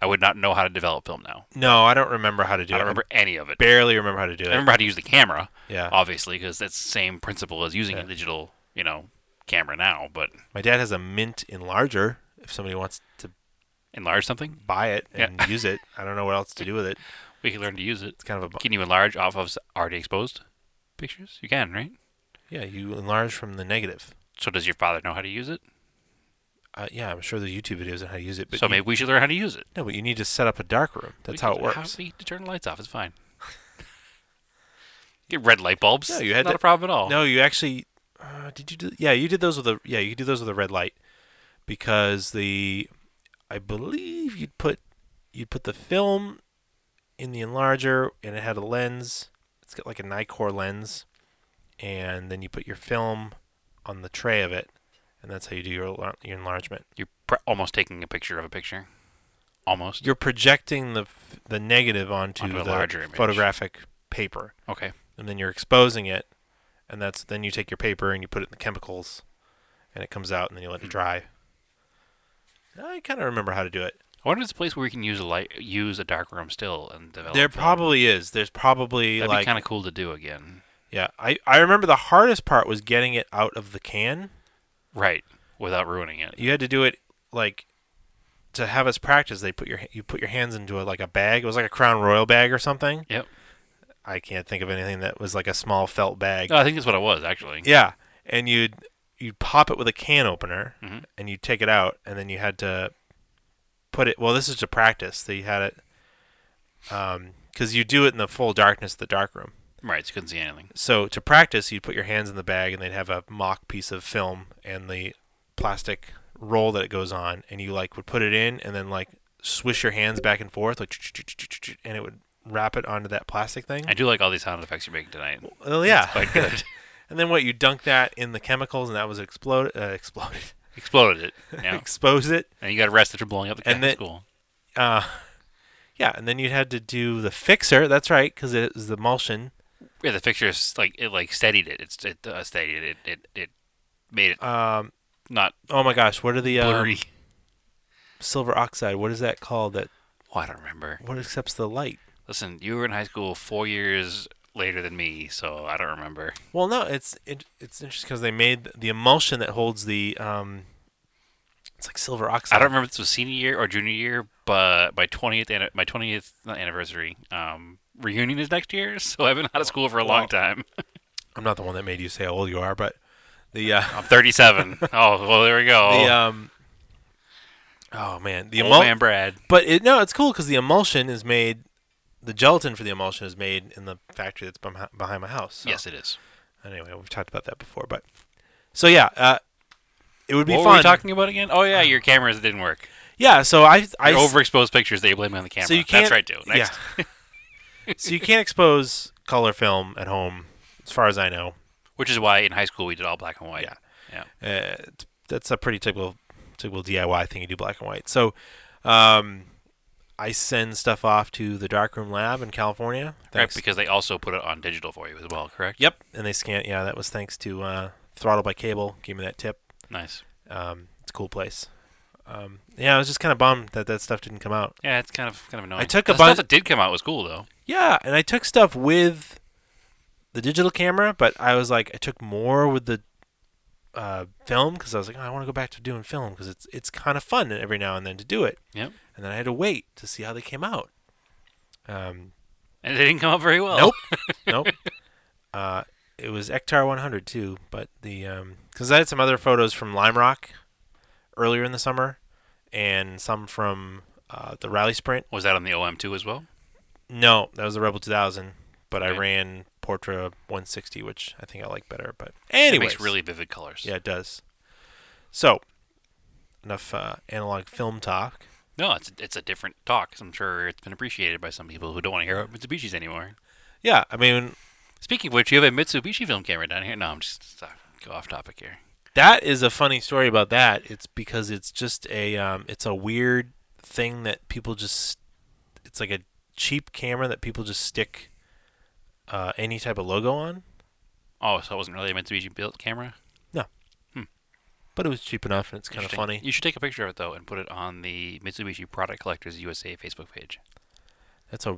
B: I would not know how to develop film now.
A: No, I don't remember how to do
B: I
A: it.
B: don't remember any of it.
A: barely remember how to do it.
B: I remember how to use the camera,
A: yeah.
B: obviously, because that's the same principle as using
A: Yeah.
B: a digital, you know, camera now. But
A: My dad has a mint enlarger if somebody wants to
B: enlarge something,
A: buy it
B: Yeah.
A: and use it. I don't know what else to do with it.
B: we can learn to use it.
A: It's kind of a bu-
B: Can you enlarge off of s- already exposed pictures? You can, right?
A: yeah. You enlarge from the negative.
B: So does your father know how to use it?
A: Uh, yeah, I'm sure there's YouTube videos on how to use it. But
B: so
A: you-
B: maybe we should learn how to use it.
A: no, but you need to set up a dark room. That's
B: We
A: how it
B: can-
A: works.
B: How we to turn the lights off? It's fine. Get red light bulbs.
A: No, you had
B: not
A: to-
B: a problem at all.
A: No, you actually uh, did you do? Yeah, you did those with a yeah. You could do those with a red light because the I believe you'd put you'd put the film in the enlarger and it had a lens. It's got like a Nikkor lens, and then you put your film on the tray of it, and that's how you do your enlar- your enlargement.
B: You're pr- almost taking a picture of a picture. Almost.
A: You're projecting the f- the negative onto,
B: Onto a
A: the
B: larger image.
A: photographic paper.
B: Okay.
A: and then you're exposing it, and that's then you take your paper and you put it in the chemicals, and it comes out, and then you let
B: Hmm.
A: it dry. I kind of remember how to do it.
B: I wonder if there's a place where we can use a light, use a dark room still and develop.
A: there
B: film.
A: probably is. There's probably
B: That'd be
A: like
B: kind of cool to do again.
A: yeah. I I remember the hardest part was getting it out of the can.
B: Right. Without ruining it.
A: You had to do it like to have us practice. They put your you put your hands into a, like a bag. It was like a Crown Royal bag or something.
B: Yep.
A: I can't think of anything that was like a small felt bag.
B: No, Oh, I think that's what it was actually.
A: Yeah, and you'd you'd pop it with a can opener,
B: Mhm.
A: and you take it out, and then you had to put it. Well, this is to practice. They had it because you do it in the full darkness of the dark room.
B: Right. So you couldn't see anything.
A: So to practice, you'd put your hands in the bag, and they'd have a mock piece of film and the plastic roll that it goes on, and you like would put it in, and then like swish your hands back and forth, like, and it would wrap it onto that plastic thing.
B: I uh, do like all these sound effects you're making tonight.
A: Well, yeah.
B: Quite good.
A: And then what? You dunk that in the chemicals, and that was explode, uh, exploded,
B: Exploded it. Yeah.
A: expose it.
B: and you got arrested for blowing up the
A: And
B: cat
A: then-
B: at school.
A: Uh, yeah, and then you had to do the fixer. That's right, because it was the emulsion.
B: Yeah, the fixture is like it like steadied it. It's it uh, steadied it. It it, it made it
A: Um,
B: not
A: oh my gosh, what are the um,
B: blurry.
A: silver oxide? What is that called? That
B: oh, I don't remember.
A: what accepts the light?
B: Listen, you were in high school four years later than me, so I don't remember.
A: Well, no, it's it, it's interesting because they made the emulsion that holds the um, it's like silver oxide.
B: I don't remember if this was senior year or junior year, but my twentieth my twentieth not anniversary um, reunion is next year, so I've been out of school for a
A: Wow.
B: long time.
A: I'm not the one that made you say how old you are, but the uh,
B: I'm thirty seven. oh well, there we go.
A: the um, oh man, the
B: Old
A: emul-
B: man Brad.
A: But it, no, it's cool because the emulsion is made, the gelatin for the emulsion is made in the factory that's beh- behind my house. So.
B: Yes, it is.
A: Anyway, we've talked about that before, but so yeah, uh, it would be
B: what were
A: fun.
B: we talking about again? Oh yeah, your cameras didn't work.
A: yeah, so I, I
B: Your overexposed pictures that you blame on the camera.
A: so you can't.
B: That's right, too. Next.
A: yeah. so you can't expose color film at home, as far as I know.
B: Which is why in high school we did all black and white.
A: Yeah.
B: Yeah.
A: Uh, t- that's a pretty typical, typical DIY thing you do black and white. So, um, I send stuff off to the darkroom lab in California.
B: Right,
A: Thanks.
B: because they also put it on digital for you as well, correct?
A: Yep. And they scan. Yeah, that was thanks to uh, Throttle by Cable. Gave me that tip.
B: Nice.
A: Um, it's a cool place. Um, yeah, I was just kind of bummed that that stuff didn't come out.
B: Yeah, it's kind of kind of annoying.
A: took a
B: the stuff
A: bunch-
B: that did come out was cool though.
A: Yeah, and I took stuff with the digital camera, but I was like, I took more with the uh, film because I was like, oh, I want to go back to doing film because it's it's kind of fun every now and then to do it.
B: Yep.
A: And then I had to wait to see how they came out. Um,
B: And they didn't come out very well.
A: Nope. nope. Uh, it was Ektar 100 too, but the um 'cause I had some other photos from Lime Rock earlier in the summer, and some from uh, the Rally Sprint.
B: Was that on the OM2 as well?
A: No, that was the Rebel 2000, but I
B: Okay.
A: ran Portra 160, which I think I like better. But
B: It
A: anyways,
B: makes really vivid colors.
A: yeah, it does. So enough uh, analog film talk.
B: No, it's it's a different talk. I'm sure it's been appreciated by some people who don't want to hear about Mitsubishis anymore.
A: Yeah, I mean
B: Speaking of which, you have a Mitsubishi film camera down here. No, I'm just uh, go off topic here.
A: that is a funny story about that. It's because it's just a um, it's a weird thing that people just it's like a cheap camera that people just stick uh, any type of logo on,
B: Oh, so it wasn't really meant to be a built camera.
A: but it was cheap enough and it's kind of
B: Interesting.
A: funny.
B: You should take a picture of it though and put it on the Mitsubishi Product Collectors USA Facebook page.
A: That's a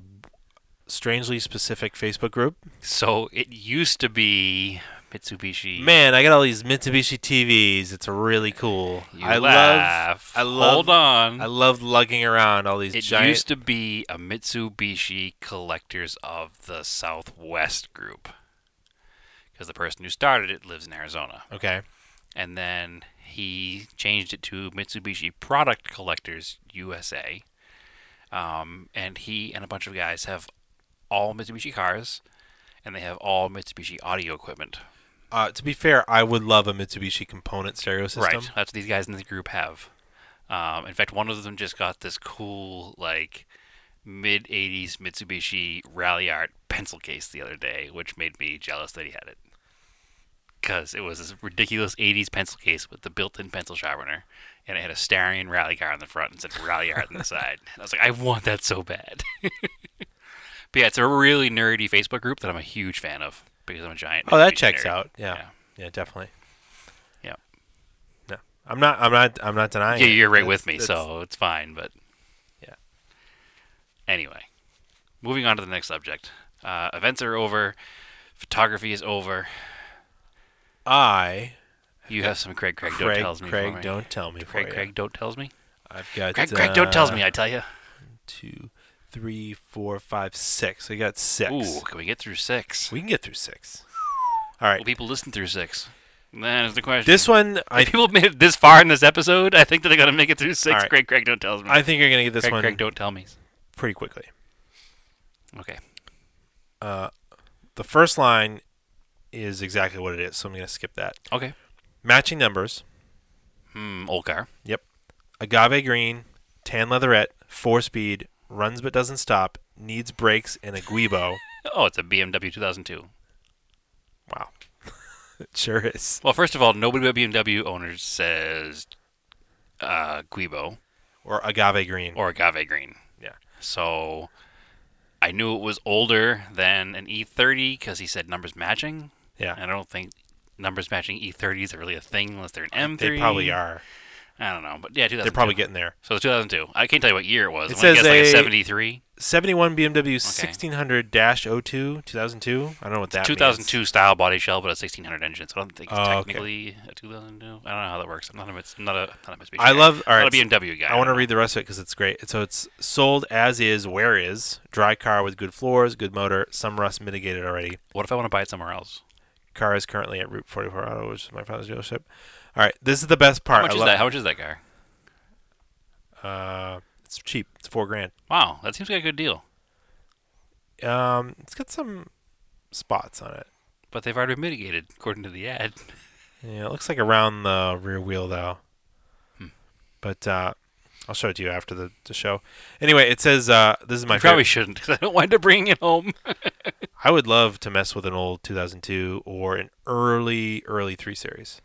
A: strangely specific Facebook group.
B: So it used to be Mitsubishi.
A: Man, I got all these Mitsubishi TVs. It's really cool.
B: You
A: I love.
B: laugh.
A: I love.
B: Hold on.
A: I love lugging around all these
B: it
A: giant.
B: used to be a Mitsubishi Collectors of the Southwest group. Because the person who started it lives in Arizona.
A: okay.
B: And then he changed it to Mitsubishi Product Collectors USA. Um, and he and a bunch of guys have all Mitsubishi cars, and they have all Mitsubishi audio equipment.
A: Uh, to be fair, I would love a Mitsubishi component stereo system.
B: Right. That's what these guys in the group have. Um, in fact, one of them just got this cool, like, mid 80s Mitsubishi Rally Art pencil case the other day, which made me jealous that he had it. Because it was this ridiculous 80s pencil case with the built in pencil sharpener, and it had a Starion rally car on the front and said Rally Art on the side. And I was like, I want that so bad. but yeah, it's a really nerdy Facebook group that I'm a huge fan of because I'm a giant.
A: Oh, that
B: Mitsubishi
A: checks
B: nerd.
A: out. Yeah.
B: Yeah.
A: yeah. definitely.
B: Yeah.
A: No, I'm not. I'm not. I'm not denying.
B: Yeah,
A: it.
B: you're right
A: That's-
B: with me,
A: that's-
B: so it's fine. But
A: Yeah.
B: Anyway, moving on to the next subject. Uh, events are over. Photography is over.
A: I
B: You have some Craig Craig, don't
A: Craig.
B: tells me. for
A: Craig,
B: me.
A: don't tell me.
B: Craig
A: for
B: Craig
A: You.
B: don't tells me.
A: I've got
B: Craig Craig don't tells me.
A: uh,
B: I tell you.
A: Two, three, four, five, six. So you got six.
B: Ooh, can we get through six?
A: We can get through six. All right.
B: Will people listen through six? That is the question.
A: This one,
B: If
A: I
B: people made it this far in this episode, I think that they're gonna make it through six.
A: Alright.
B: Craig Craig don't tells me.
A: I think you're gonna get this
B: Craig
A: one
B: Craig don't tell me.
A: pretty quickly.
B: Okay.
A: The first line is exactly what it is, so I'm gonna skip that.
B: Okay.
A: Matching numbers.
B: Hmm. Old car.
A: Yep. Agave green, tan leatherette, four speed, runs but doesn't stop, needs brakes, and a guibo.
B: Oh, it's a BMW 2002.
A: wow. it sure is.
B: Well, first of all, nobody but BMW owners says uh, Guibo
A: Or agave green.
B: or Agave Green.
A: yeah.
B: So I knew it was older than an E30 because he said numbers matching.
A: Yeah.
B: And I don't think numbers matching E30s are really a thing unless they're an M3.
A: They probably are.
B: I don't know. But yeah, 2002.
A: They're probably getting there.
B: So it's 2002. I can't tell you what year it was.
A: It
B: I'm gonna
A: says
B: guess like a
A: a-
B: 73.
A: 71 BMW 1600 02, 2002. I don't know what that
B: 2002 style body shell, but a 1600 engine. So I don't think it's
A: Oh, okay.
B: technically a 2002. I don't know how that works. I'm not a, Mits- not a, not a Mitsubishi
A: I
B: guy.
A: love- all
B: Not
A: right,
B: a BMW guy.
A: I want to
B: don't know.
A: read the rest of it because it's great. So it's sold as is, where is. Dry car with good floors, good motor, some rust mitigated already.
B: What if I want to buy it somewhere else?
A: Car is currently at Route 44 Auto, which is my father's dealership. All right, this is the best part.
B: How much
A: I
B: is
A: love-
B: that? How much is that car?
A: Uh, it's cheap. It's four grand.
B: Wow, that seems like a good deal.
A: Um, it's got some spots on it.
B: But they've already been mitigated, according to the ad.
A: Yeah, it looks like around the rear wheel though.
B: Hmm.
A: But uh, I'll show it to you after the, the show. Anyway, it says uh, this is my
B: I
A: favorite.
B: probably shouldn't because I don't wind up bringing it home.
A: I would love to mess with an old 2002 or an early early three series.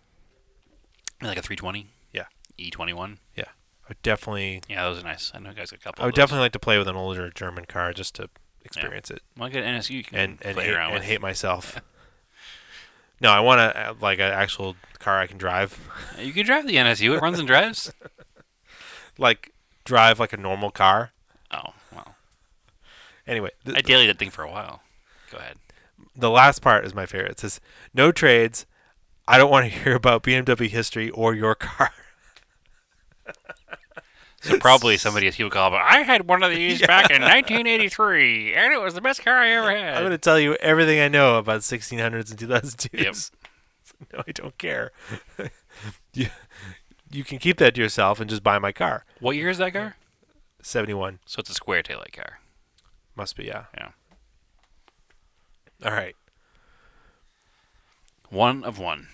B: like a 320.
A: Yeah.
B: E21.
A: Yeah, I would definitely.
B: Yeah, those are nice. I know you guys got a couple.
A: I would
B: of those.
A: definitely like to play with an older German car just to experience it
B: Well, get NSU. You can
A: and and
B: play
A: hate,
B: around
A: and
B: with.
A: hate myself. No, I want to like an actual car I can drive.
B: You can drive the NSU. It runs and drives.
A: like drive like a normal car.
B: Oh well,
A: Anyway, th-
B: I daily that thing for a while. Go ahead.
A: the last part is my favorite. It says, "No trades. I don't want to hear about BMW history or your car."
B: So probably somebody at Hugh call, but I had one of these back in 1983, and it was the best car I ever had.
A: I'm going to tell you everything I know about 1600s and 2002s.
B: Yep.
A: no, I don't care. you, you can keep that to yourself and just buy my car.
B: What year is that car?
A: 71
B: So it's a square taillight car.
A: must be yeah.
B: Yeah.
A: All right.
B: One of one.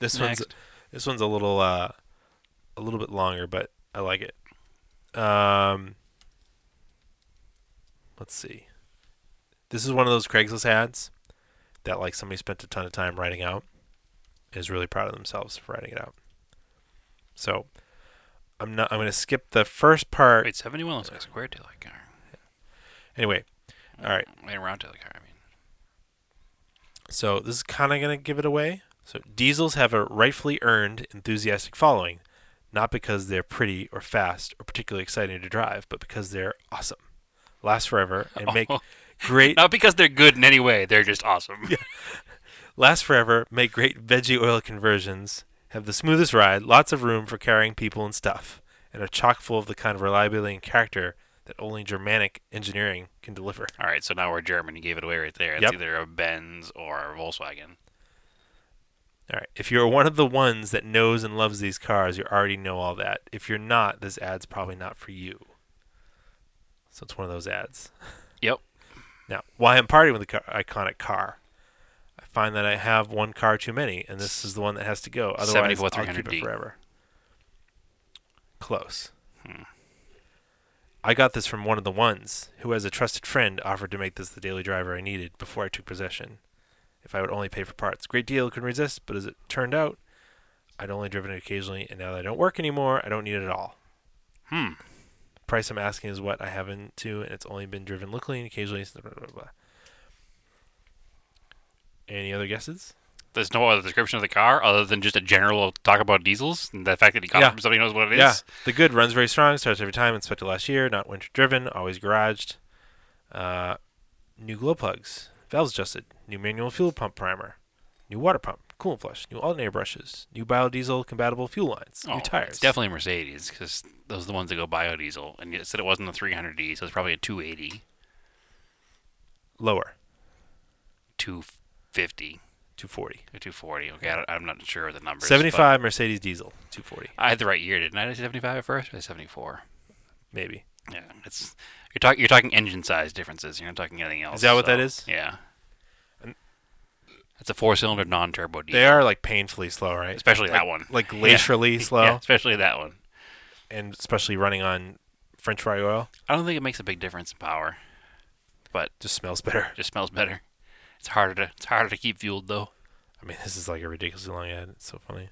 A: This one's
B: Next.
A: this one's a little uh, a little bit longer, but I like it. Um, let's see. This is one of those Craigslist ads that like somebody spent a ton of time writing out and is really proud of themselves for writing it out. So I'm not. I'm going to skip the first part.
B: Wait, 71 looks like a square taillight car.
A: Anyway, all right.
B: And round tail car, I mean.
A: So this is kind of going to give it away. So diesels have a rightfully earned enthusiastic following, not because they're pretty or fast or particularly exciting to drive, but because they're awesome, last forever, and make
B: Oh.
A: great
B: Not because they're good in any way, they're just awesome.
A: last forever, make great veggie oil conversions, have the smoothest ride, lots of room for carrying people and stuff, and are chock full of the kind of reliability and character that only Germanic engineering can deliver.
B: All right, so now we're German. You gave it away right there. It's
A: Yep.
B: either a Benz or a Volkswagen.
A: All right. If you're one of the ones that knows and loves these cars, you already know all that. If you're not, this ad's probably not for you. So it's one of those ads.
B: Yep.
A: Now, why I'm partying with the car, iconic car, I find that I have one car too many, and this is the one that has to go. Otherwise, I'll keep
B: 74-300D.
A: it forever. Close. I got this from one of the ones who, as a trusted friend, offered to make this the daily driver I needed before I took possession. If I would only pay for parts, great deal, couldn't resist. But as it turned out, I'd only driven it occasionally, and now that I don't work anymore, I don't need it at all.
B: Hmm.
A: Price I'm asking is what I haven't to, and it's only been driven locally and occasionally. Blah, blah, blah, blah. Any other guesses?
B: There's no other description of the car other than just a general talk about diesels and the fact that he got
A: Yeah.
B: it from somebody who knows what it is.
A: The good runs very strong, starts every time, inspected last year, not winter driven, always garaged. Uh, new glow plugs, valves adjusted, new manual fuel pump primer, new water pump, coolant flush, new alternator brushes, new biodiesel compatible fuel lines,
B: Oh,
A: new tires.
B: It's definitely a Mercedes because those are the ones that go biodiesel. And it said it wasn't a 300D, so it's probably a 280,
A: Lower,
B: 250,
A: 240.
B: or 240. Okay, I don't, I'm not sure of the numbers. but
A: 75 Mercedes diesel, 240,
B: I had the right year, didn't I? Did I say 75 at first? Or 74.
A: maybe.
B: Yeah, it's you're talking you're talking engine size differences. You're not talking anything else.
A: that what
B: so-
A: that is?
B: Yeah.
A: And-
B: It's a four-cylinder non-turbo diesel,
A: They are like painfully slow, right?
B: especially
A: like,
B: that one.
A: Like glacially slow,
B: Yeah, especially that one.
A: and especially running on French fry oil,
B: I don't think it makes a big difference in power.
A: just smells better.
B: It just smells better. It's harder to it's harder to keep fueled though.
A: I mean, this is like a ridiculously long ad. It's so funny.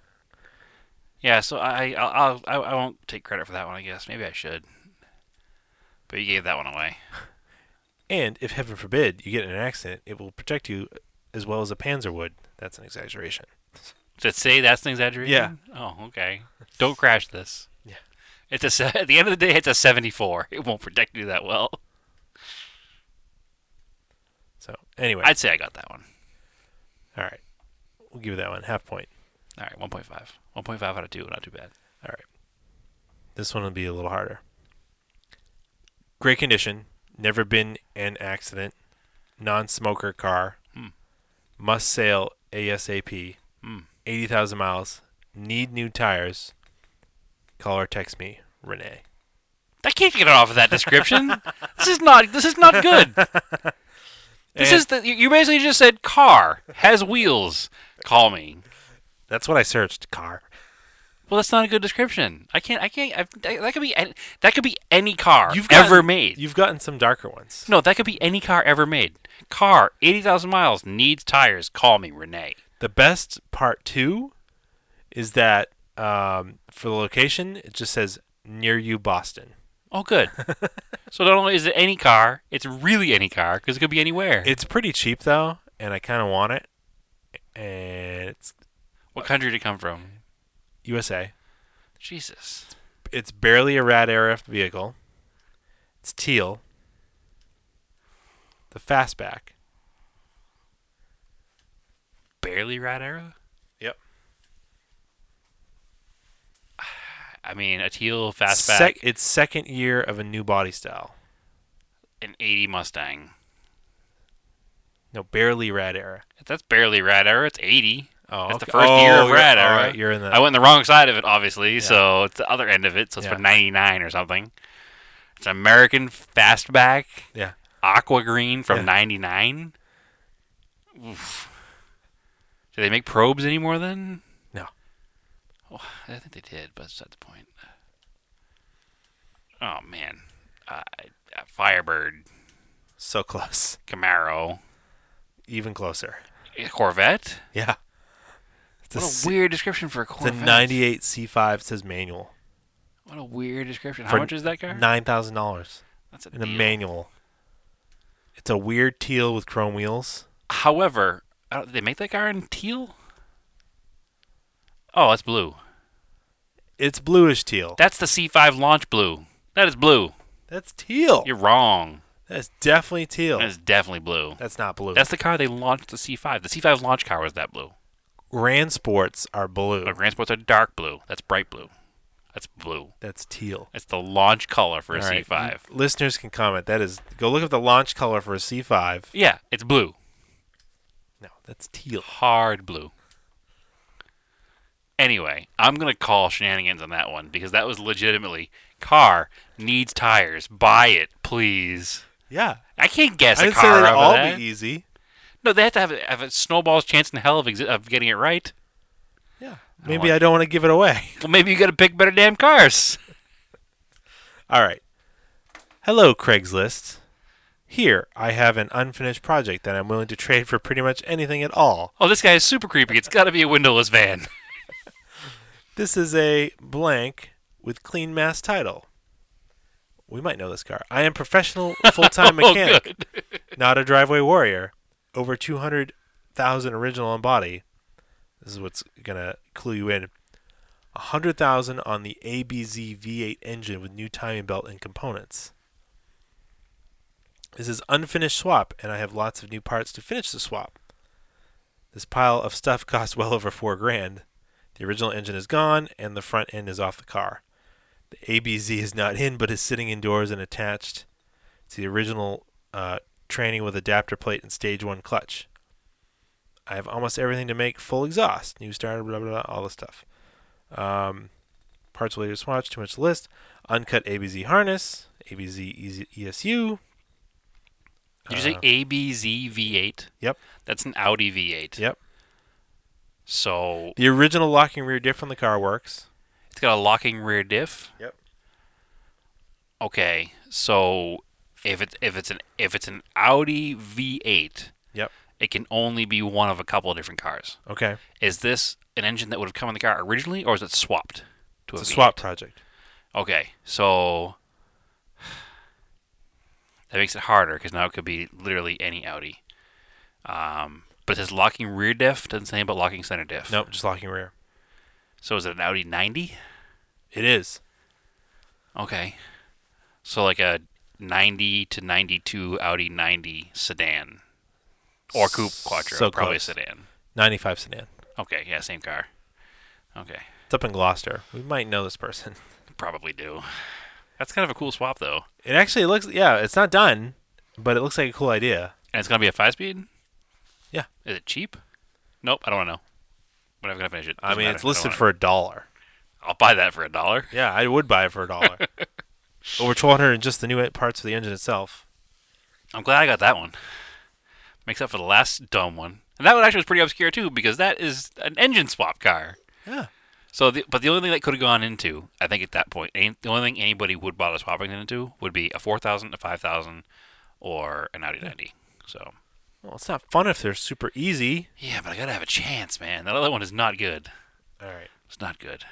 B: Yeah, so I I'll, I'll I I won't take credit for that one. I guess maybe I should. But you gave that one away.
A: And if heaven forbid you get in an accident, it will protect you as well as a panzer would. That's an exaggeration.
B: Did it say that's an exaggeration? Yeah. Oh, okay. Don't crash this.
A: Yeah.
B: It's a se- at the end of the day, it's a seventy-four. It won't protect you that well.
A: So anyway,
B: I'd say I got that one.
A: all right, we'll give you that one half point.
B: All right, 1.5. 1.5 out of 2, not too bad.
A: This one will be a little harder. Great condition, never been an accident, non-smoker car,
B: Hmm.
A: must sail ASAP,
B: Hmm.
A: eighty thousand miles, need new tires. Call or text me, Renee.
B: I can't get it off of that description. this is not this is not good. This
A: And-
B: is the you- you basically just said car has wheels. Call me.
A: That's what I searched. Car.
B: Well, that's not a good description. I can't I can't I've, I, that could be an- that could be any car
A: You've
B: ever
A: gotten-
B: made.
A: You've gotten some darker ones.
B: no, that could be any car ever made. Car, 80,000 miles, needs tires. Call me, Renee.
A: The best part two is that um, for the location, it just says near you, Boston.
B: Oh, good. so not only is it any car, it's really any car because it could be anywhere.
A: It's pretty cheap though, and I kind of want it. And it's
B: what country did it come from?
A: USA.
B: Jesus.
A: It's barely a rad RF vehicle. It's teal. The fastback.
B: barely right arrow?
A: Yep.
B: I mean, a teal fastback,
A: Sec- it's second year of a new body style.
B: an 80 Mustang.
A: No, barely rad era.
B: That's barely rad arrow. It's 80.
A: Oh,
B: That's the
A: okay.
B: first year
A: Oh,
B: of
A: you're-
B: rad
A: all
B: arrow.
A: right, you're in the.
B: I went the wrong side of it, obviously, so it's the other end of it. So it's
A: Yeah.
B: for 99 or something. It's an American fastback,
A: yeah.
B: aqua green
A: Yeah.
B: from 99. Oof. Do they make probes anymore then?
A: No.
B: Oh, I think they did, but it's not the point. Oh man, uh, uh, Firebird,
A: So close.
B: Camaro,
A: Even closer.
B: a Corvette.
A: Yeah. It's a,
B: What a
A: s-
B: weird description for a
A: it's a
B: Corvette.
A: 98 C5 it says manual.
B: What a weird description.
A: for
B: How much is that car?
A: $9,000
B: That's a
A: in a
B: deal.
A: manual. It's a weird teal with chrome wheels.
B: However, I don't- did they make that car in teal? Oh, that's blue.
A: It's bluish teal.
B: That's the C5 launch blue. That is blue.
A: That's teal.
B: You're wrong.
A: That's definitely teal.
B: That is definitely blue.
A: That's not blue.
B: That's the car they launched the C5. The C5 launch car was that blue.
A: Grand Sports are blue.
B: But Grand Sports are dark blue. That's bright blue. That's blue.
A: That's teal.
B: That's the launch color for a
A: All right,
B: C5.
A: l- Listeners can comment. That is, go look up the launch color for a C5.
B: Yeah, it's blue.
A: No, that's teal.
B: Hard blue. Anyway, I'm going to call shenanigans on that one because that was legitimately car needs tires. Buy it, please.
A: Yeah.
B: I can't guess
A: I
B: a
A: didn't say
B: car
A: that'd
B: over
A: all
B: that.
A: be e- easy.
B: No, they have to have a, have a snowball's chance in hell of, exi- of getting it right.
A: Yeah.
B: don't
A: Maybe
B: want-
A: I don't want to give it away.
B: Well, maybe you got to pick better damn cars.
A: All right. Hello, Craigslist. Here, I have an unfinished project that I'm willing to trade for pretty much anything at all.
B: Oh, this guy is super creepy. It's got to be a windowless van.
A: This is a blank with clean mass title. We might know this car. I am professional full-time mechanic.
B: Oh, good.
A: not a driveway warrior. Over 200,000 original on body. This is what's going to clue you in. 100,000 on the ABZ V8 engine with new timing belt and components. This is unfinished swap, and I have lots of new parts to finish the swap. This pile of stuff cost well over four grand. The original engine is gone, and the front end is off the car. The ABZ is not in, but is sitting indoors and attached to the original uh, training with adapter plate and stage one clutch. I have almost everything to make full exhaust, new starter, blah blah blah, all this stuff. Um, parts will later swatch, too much to list. Uncut ABZ harness, ABZ easy- ESU.
B: Did you say
A: Uh,
B: ABZ V8?
A: Yep.
B: That's an Audi V8.
A: Yep.
B: So
A: The original locking rear diff on the car works.
B: it's got a locking rear diff.
A: Yep.
B: Okay. So if it's if it's an if it's an Audi V8,
A: Yep.
B: it can only be one of a couple of different cars.
A: Okay.
B: Is this an engine that would have come in the car originally, or is it swapped to
A: It's a
B: V8?
A: swap project.
B: Okay, so that makes it harder because now it could be literally any Audi. Um, but it says locking rear diff doesn't say anything about locking center diff.
A: Nope, just locking rear.
B: So is it an Audi 90?
A: It is.
B: Okay. So like a 90 to 92 Audi 90 sedan or coupe quattro,
A: So
B: probably a
A: close.
B: sedan.
A: 95 sedan.
B: Okay, yeah, same car. Okay,
A: It's up in Gloucester. We might know this person.
B: probably do. That's kind of a cool swap though,
A: It actually looks, yeah, it's not done, but it looks like a cool idea.
B: and it's gonna be a five speed.
A: Yeah.
B: Is it cheap? Nope, I don't want to know. But I'm gonna finish it.
A: I
B: Doesn't
A: mean,
B: matter.
A: it's
B: don't
A: listed
B: wanna-
A: for a dollar.
B: I'll buy that for a dollar.
A: Yeah, I would buy it for a dollar. Over 1200 in just the new e-, parts of the engine itself.
B: I'm glad I got that one. Makes up for the last dumb one, and that one actually was pretty obscure too because that is an engine swap car.
A: Yeah.
B: So, the, but the only thing that could have gone into, I think, at that point, any, the only thing anybody would bother swapping it into would be a four thousand, a five thousand, or an Audi ninety. So,
A: Well, it's not fun if they're super easy.
B: yeah, but I gotta have a chance, man. That other one is not good.
A: All right.
B: It's not good.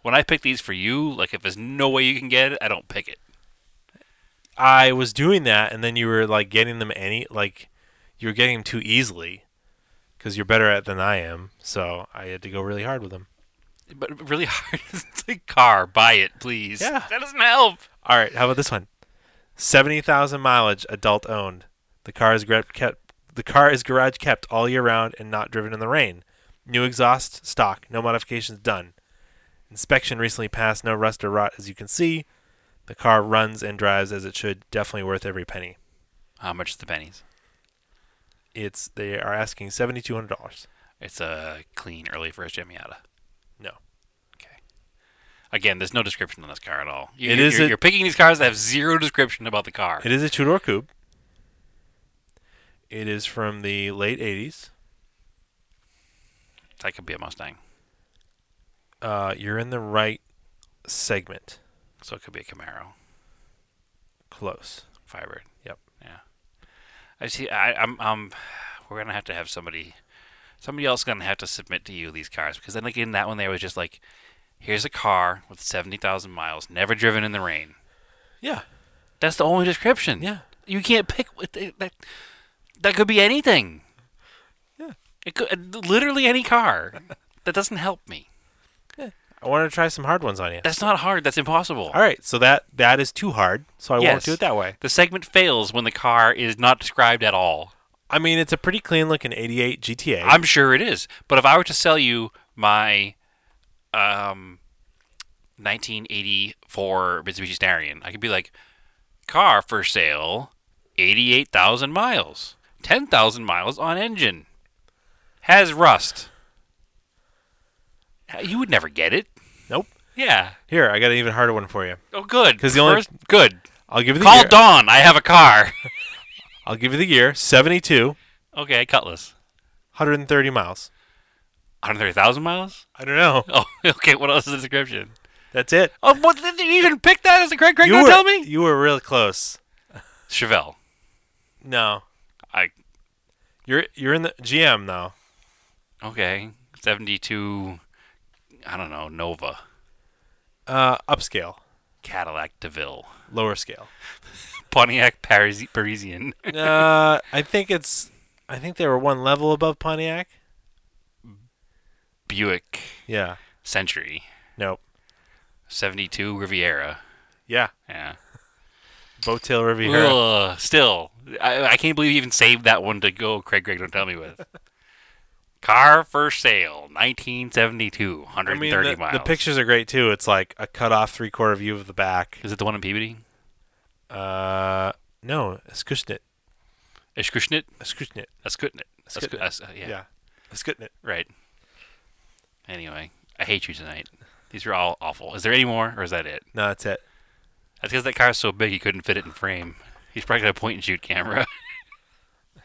B: When I pick these for you, like if there's no way you can get it, I don't pick it.
A: I was doing that, and then you were like getting them any, like, you were getting them too easily because you're better at it than I am. So I had to go really hard with them.
B: But really hard. it's like car, buy it, please.
A: Yeah.
B: That doesn't help.
A: All right, how about this one? Seventy thousand mileage, adult owned. The car is gra- kept. The car is garage kept all year round and not driven in the rain. New exhaust stock, no modifications done. Inspection recently passed, no rust or rot as you can see. The car runs and drives as it should. Definitely worth every penny.
B: How much is the pennies?
A: It's they are asking seventy two hundred dollars.
B: It's a clean early first gen Miata.
A: No.
B: Okay. Again, there's no description on this car at all. You,
A: It
B: you're,
A: is
B: you're,
A: a-
B: you're picking these cars that have zero description about the car.
A: It is a two door coupe. It is from the late eighties.
B: that could be a Mustang,
A: Uh, you're in the right segment.
B: so it could be a Camaro,
A: Close.
B: Firebird.
A: Yep.
B: Yeah. I see. I, I'm. I'm. We're gonna have to have somebody. Somebody else gonna have to submit to you these cars because then, like in that one, there was just like, here's a car with seventy thousand miles, never driven in the rain.
A: Yeah.
B: That's the only description.
A: Yeah.
B: You can't pick what they- that. That could be anything.
A: Yeah.
B: It could literally any car. that doesn't help me.
A: I wanted to try some hard ones on you.
B: That's not hard. That's impossible.
A: All right, so that that is too hard, so I won't
B: Yes.
A: do it that way.
B: The segment fails when the car is not described at all.
A: I mean, it's a pretty clean looking 88 GTA.
B: I'm sure it is. But if I were to sell you my um, 1984 Mitsubishi Starion, I could be like, car for sale, 88,000 miles, 10,000 miles on engine, has rust. You would never get it.
A: nope.
B: Yeah.
A: Here, I got an even harder one for you.
B: Oh, good.
A: 'Cause the only-
B: First- good.
A: I'll give you the
B: Call
A: year.
B: Dawn. I have a car.
A: I'll give you the year 72,
B: okay, Cutlass.
A: 130 miles.
B: 130,000 miles?
A: I don't know.
B: Oh, okay. What else is the description?
A: That's it.
B: Oh, what did you even pick that as a Craig? Craig,
A: you
B: don't
A: were,
B: tell me.
A: You were real close.
B: Chevelle.
A: No.
B: I
A: You're you're in the GM though.
B: okay. Seventy-two. I don't know Nova
A: Uh, upscale,
B: Cadillac DeVille
A: lower scale.
B: Pontiac Paris- Parisian
A: Uh, I think it's I think they were one level above Pontiac.
B: Buick
A: Yeah.
B: Century
A: Nope.
B: seventy-two Riviera.
A: Yeah.
B: Yeah.
A: Boat Tail Riviera.
B: Ugh, still, I, I can't believe you even saved that one to go. Craig, Craig, don't tell me with. Car for sale, 1972,
A: I
B: 130
A: mean, the,
B: miles.
A: the pictures are great too. It's like a cut off three quarter view of the back.
B: is it the one in Peabody?
A: Uh, no, Eskushnit.
B: Ishkushnit?
A: Eskushnit.
B: Askutnit.
A: Askutnit.
B: Askutnit.
A: Yeah.
B: uh, Yeah.
A: Eskushnit.
B: Right. Anyway, I hate you tonight. These are all awful. Is there any more, or is that it?
A: No, that's it.
B: That's because that car's so big he couldn't fit it in frame. He's probably got a point and shoot camera.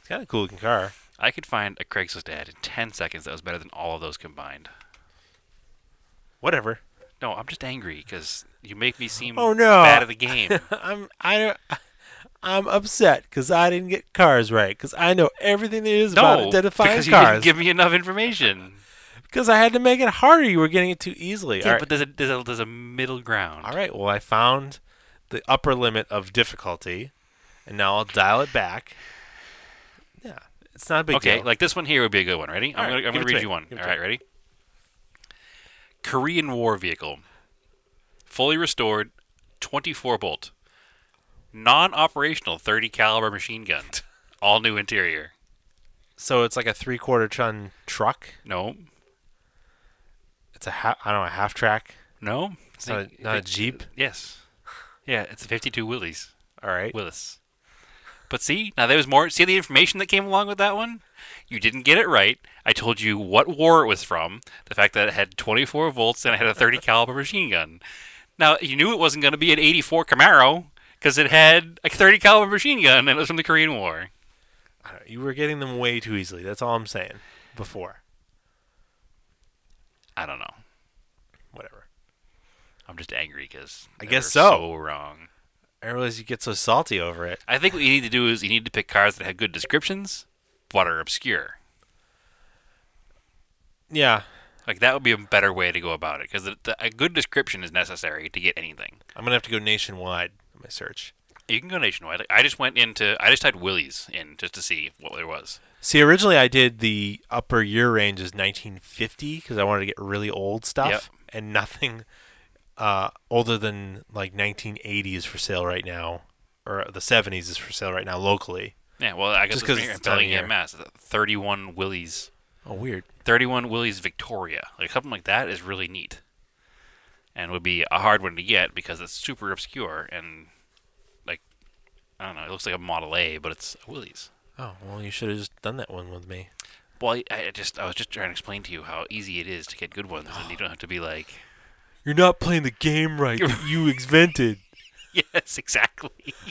A: It's kind of cool looking car.
B: I could find a Craigslist ad in 10 seconds that was better than all of those combined.
A: Whatever.
B: No, I'm just angry because you make me seem
A: Oh, no.
B: bad at the game.
A: I'm I don't. I'm upset because I didn't get cars right because I know everything there is about
B: no,
A: identifying
B: because you
A: cars
B: didn't give me enough information.
A: because I had to make it harder. You were getting it too easily.
B: Yeah,
A: All right.
B: but there's a, there's, a, there's a middle ground.
A: All right. Well, I found the upper limit of difficulty, and now I'll dial it back. Yeah, it's not a big
B: Okay,
A: deal.
B: like this one here would be a good one. Ready?
A: All
B: I'm
A: right,
B: gonna,
A: give
B: I'm gonna
A: it to
B: read
A: me.
B: you one.
A: Give it
B: All
A: to
B: right, ready? Korean War vehicle, fully restored, 24 bolt, non-operational 30 caliber machine gun, all new interior.
A: so it's like a three-quarter ton truck.
B: No,
A: It's a ha- I don't know a half track.
B: no,
A: It's not a, not a jeep.
B: Yes, yeah, it's a 52 Willys
A: All right.
B: Willis. But see, now there was more. See the information that came along with that one? You didn't get it right. I told you what war it was from, the fact that it had 24 volts and it had a 30 caliber machine gun. Now, you knew it wasn't going to be an 84 Camaro because it had a 30 caliber machine gun and it was from the Korean War.
A: I don't- you were getting them way too easily. That's all I'm saying. Before,
B: I don't know.
A: whatever.
B: I'm just angry because
A: I guess so.
B: so wrong.
A: I realize you get so salty over it.
B: I think what you need to do is you need to pick cars that have good descriptions but are obscure.
A: Yeah,
B: Like that would be a better way to go about it because a good description is necessary to get anything.
A: I'm gonna have to go nationwide in my search.
B: You can go nationwide. Like, I just went into I just typed Willie's in just to see what there was.
A: See, originally I did the upper year range is 1950 because I wanted to get really old stuff and nothing uh, older than like 1980 is for sale right now, or the 70s is for sale right now locally.
B: Yeah, well, I guess
A: Just
B: it's
A: 'cause
B: here.
A: it's
B: I'm telling
A: time of
B: you, mass thirty-one Willie's,
A: Oh, weird.
B: thirty-one Willie's Victoria, like something like that is really neat, and would be a hard one to get because it's super obscure and like I don't know, it looks like a Model A, but it's a Willie's.
A: Oh, well, you should have just done that one with me.
B: Well, I, I just I was just trying to explain to you how easy it is to get good ones, and you don't have to be like,
A: You're not playing the game right that you invented.
B: yes, exactly.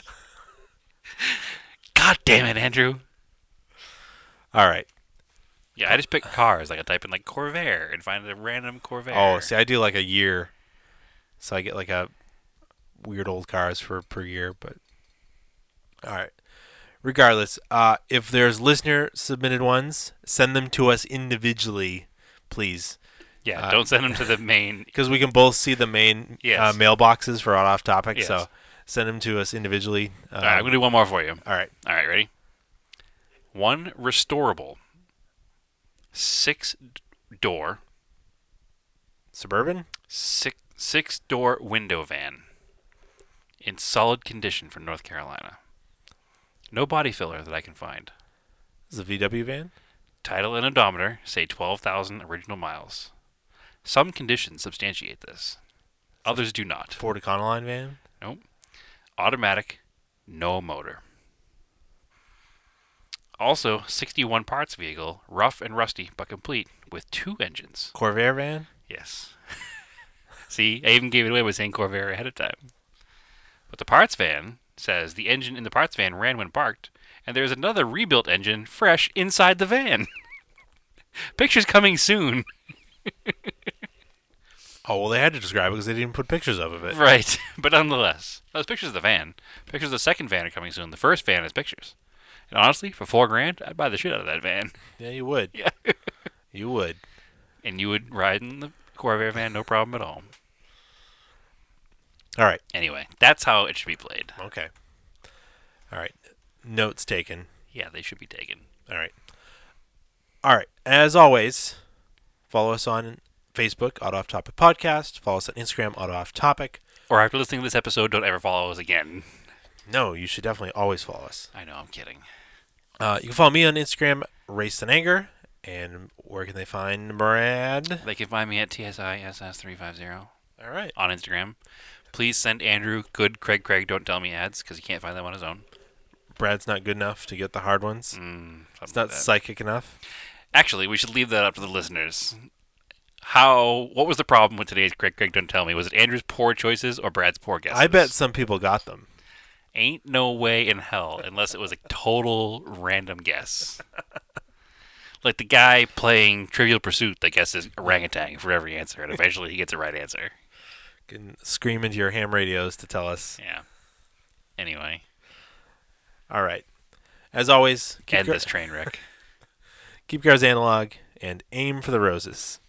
B: God damn it, Andrew.
A: All right.
B: Yeah, I just pick cars. Like I type in like Corvair and find a random Corvair.
A: Oh, see, I do like a year, so I get like a weird old cars for per year. But all right, regardless, uh, if there's listener submitted ones, send them to us individually, please,
B: yeah.
A: uh,
B: don't send them to the main.
A: because we can both see the main
B: Yes.
A: uh, mailboxes for on off topic.
B: Yes.
A: So Send them to us individually. Uh,
B: All right, I'm gonna do one more for you.
A: all right.
B: All right, ready? One restorable, six d- door,
A: Suburban.
B: six six door window van, in solid condition from North Carolina. No body filler that I can find.
A: This is a VW van.
B: Title and odometer say 12,000 original miles. Some conditions substantiate this. Others do not.
A: Ford Econoline van.
B: Automatic, no motor. Also, 61 parts vehicle, rough and rusty but complete, with two engines.
A: Corvair van.
B: Yes. See, I even gave it away by saying Corvair ahead of time. But the parts van says the engine in the parts van ran when parked, and there's another rebuilt engine fresh inside the van. Pictures coming soon.
A: Oh well, they had to describe it because they didn't put pictures up of it.
B: Right. But nonetheless, those pictures of the van. Pictures of the second van are coming soon. The first van is pictures. And honestly, for four grand, I'd buy the shit out of that van.
A: Yeah, you would.
B: Yeah.
A: You would.
B: And you would ride in the Corvair van, no problem at all.
A: All right.
B: Anyway, that's how it should be played.
A: Okay. All right. Notes taken.
B: Yeah, they should be taken.
A: All right. All right. As always, follow us on Facebook, Auto Off Topic Podcast. Follow us on Instagram, Auto Off Topic.
B: Or after listening to this episode, don't ever follow us again.
A: No, you should definitely always follow us.
B: I know, I'm kidding.
A: Uh, you can follow me on Instagram, Race and Anger. And where can they find Brad?
B: They can find me at TSISS350
A: All right.
B: on Instagram. Please send Andrew good Craig Craig don't tell me ads because he can't find them on his own.
A: Brad's not good enough to get the hard ones.
B: Mm,
A: It's not psychic enough.
B: Actually, we should leave that up to the listeners. How? What was the problem with today's Craig Craig don't tell me? Was it Andrew's poor choices or Brad's poor guesses?
A: I bet some people got them.
B: Ain't no way in hell unless it was a total random guess. Like the guy playing Trivial Pursuit that guesses orangutan for every answer, and eventually he gets the right answer.
A: Can scream into your ham radios to tell us.
B: Yeah. Anyway,
A: All right. As always, keep,
B: end
A: your-
B: this train wreck.
A: keep your eyes analog and aim for the roses.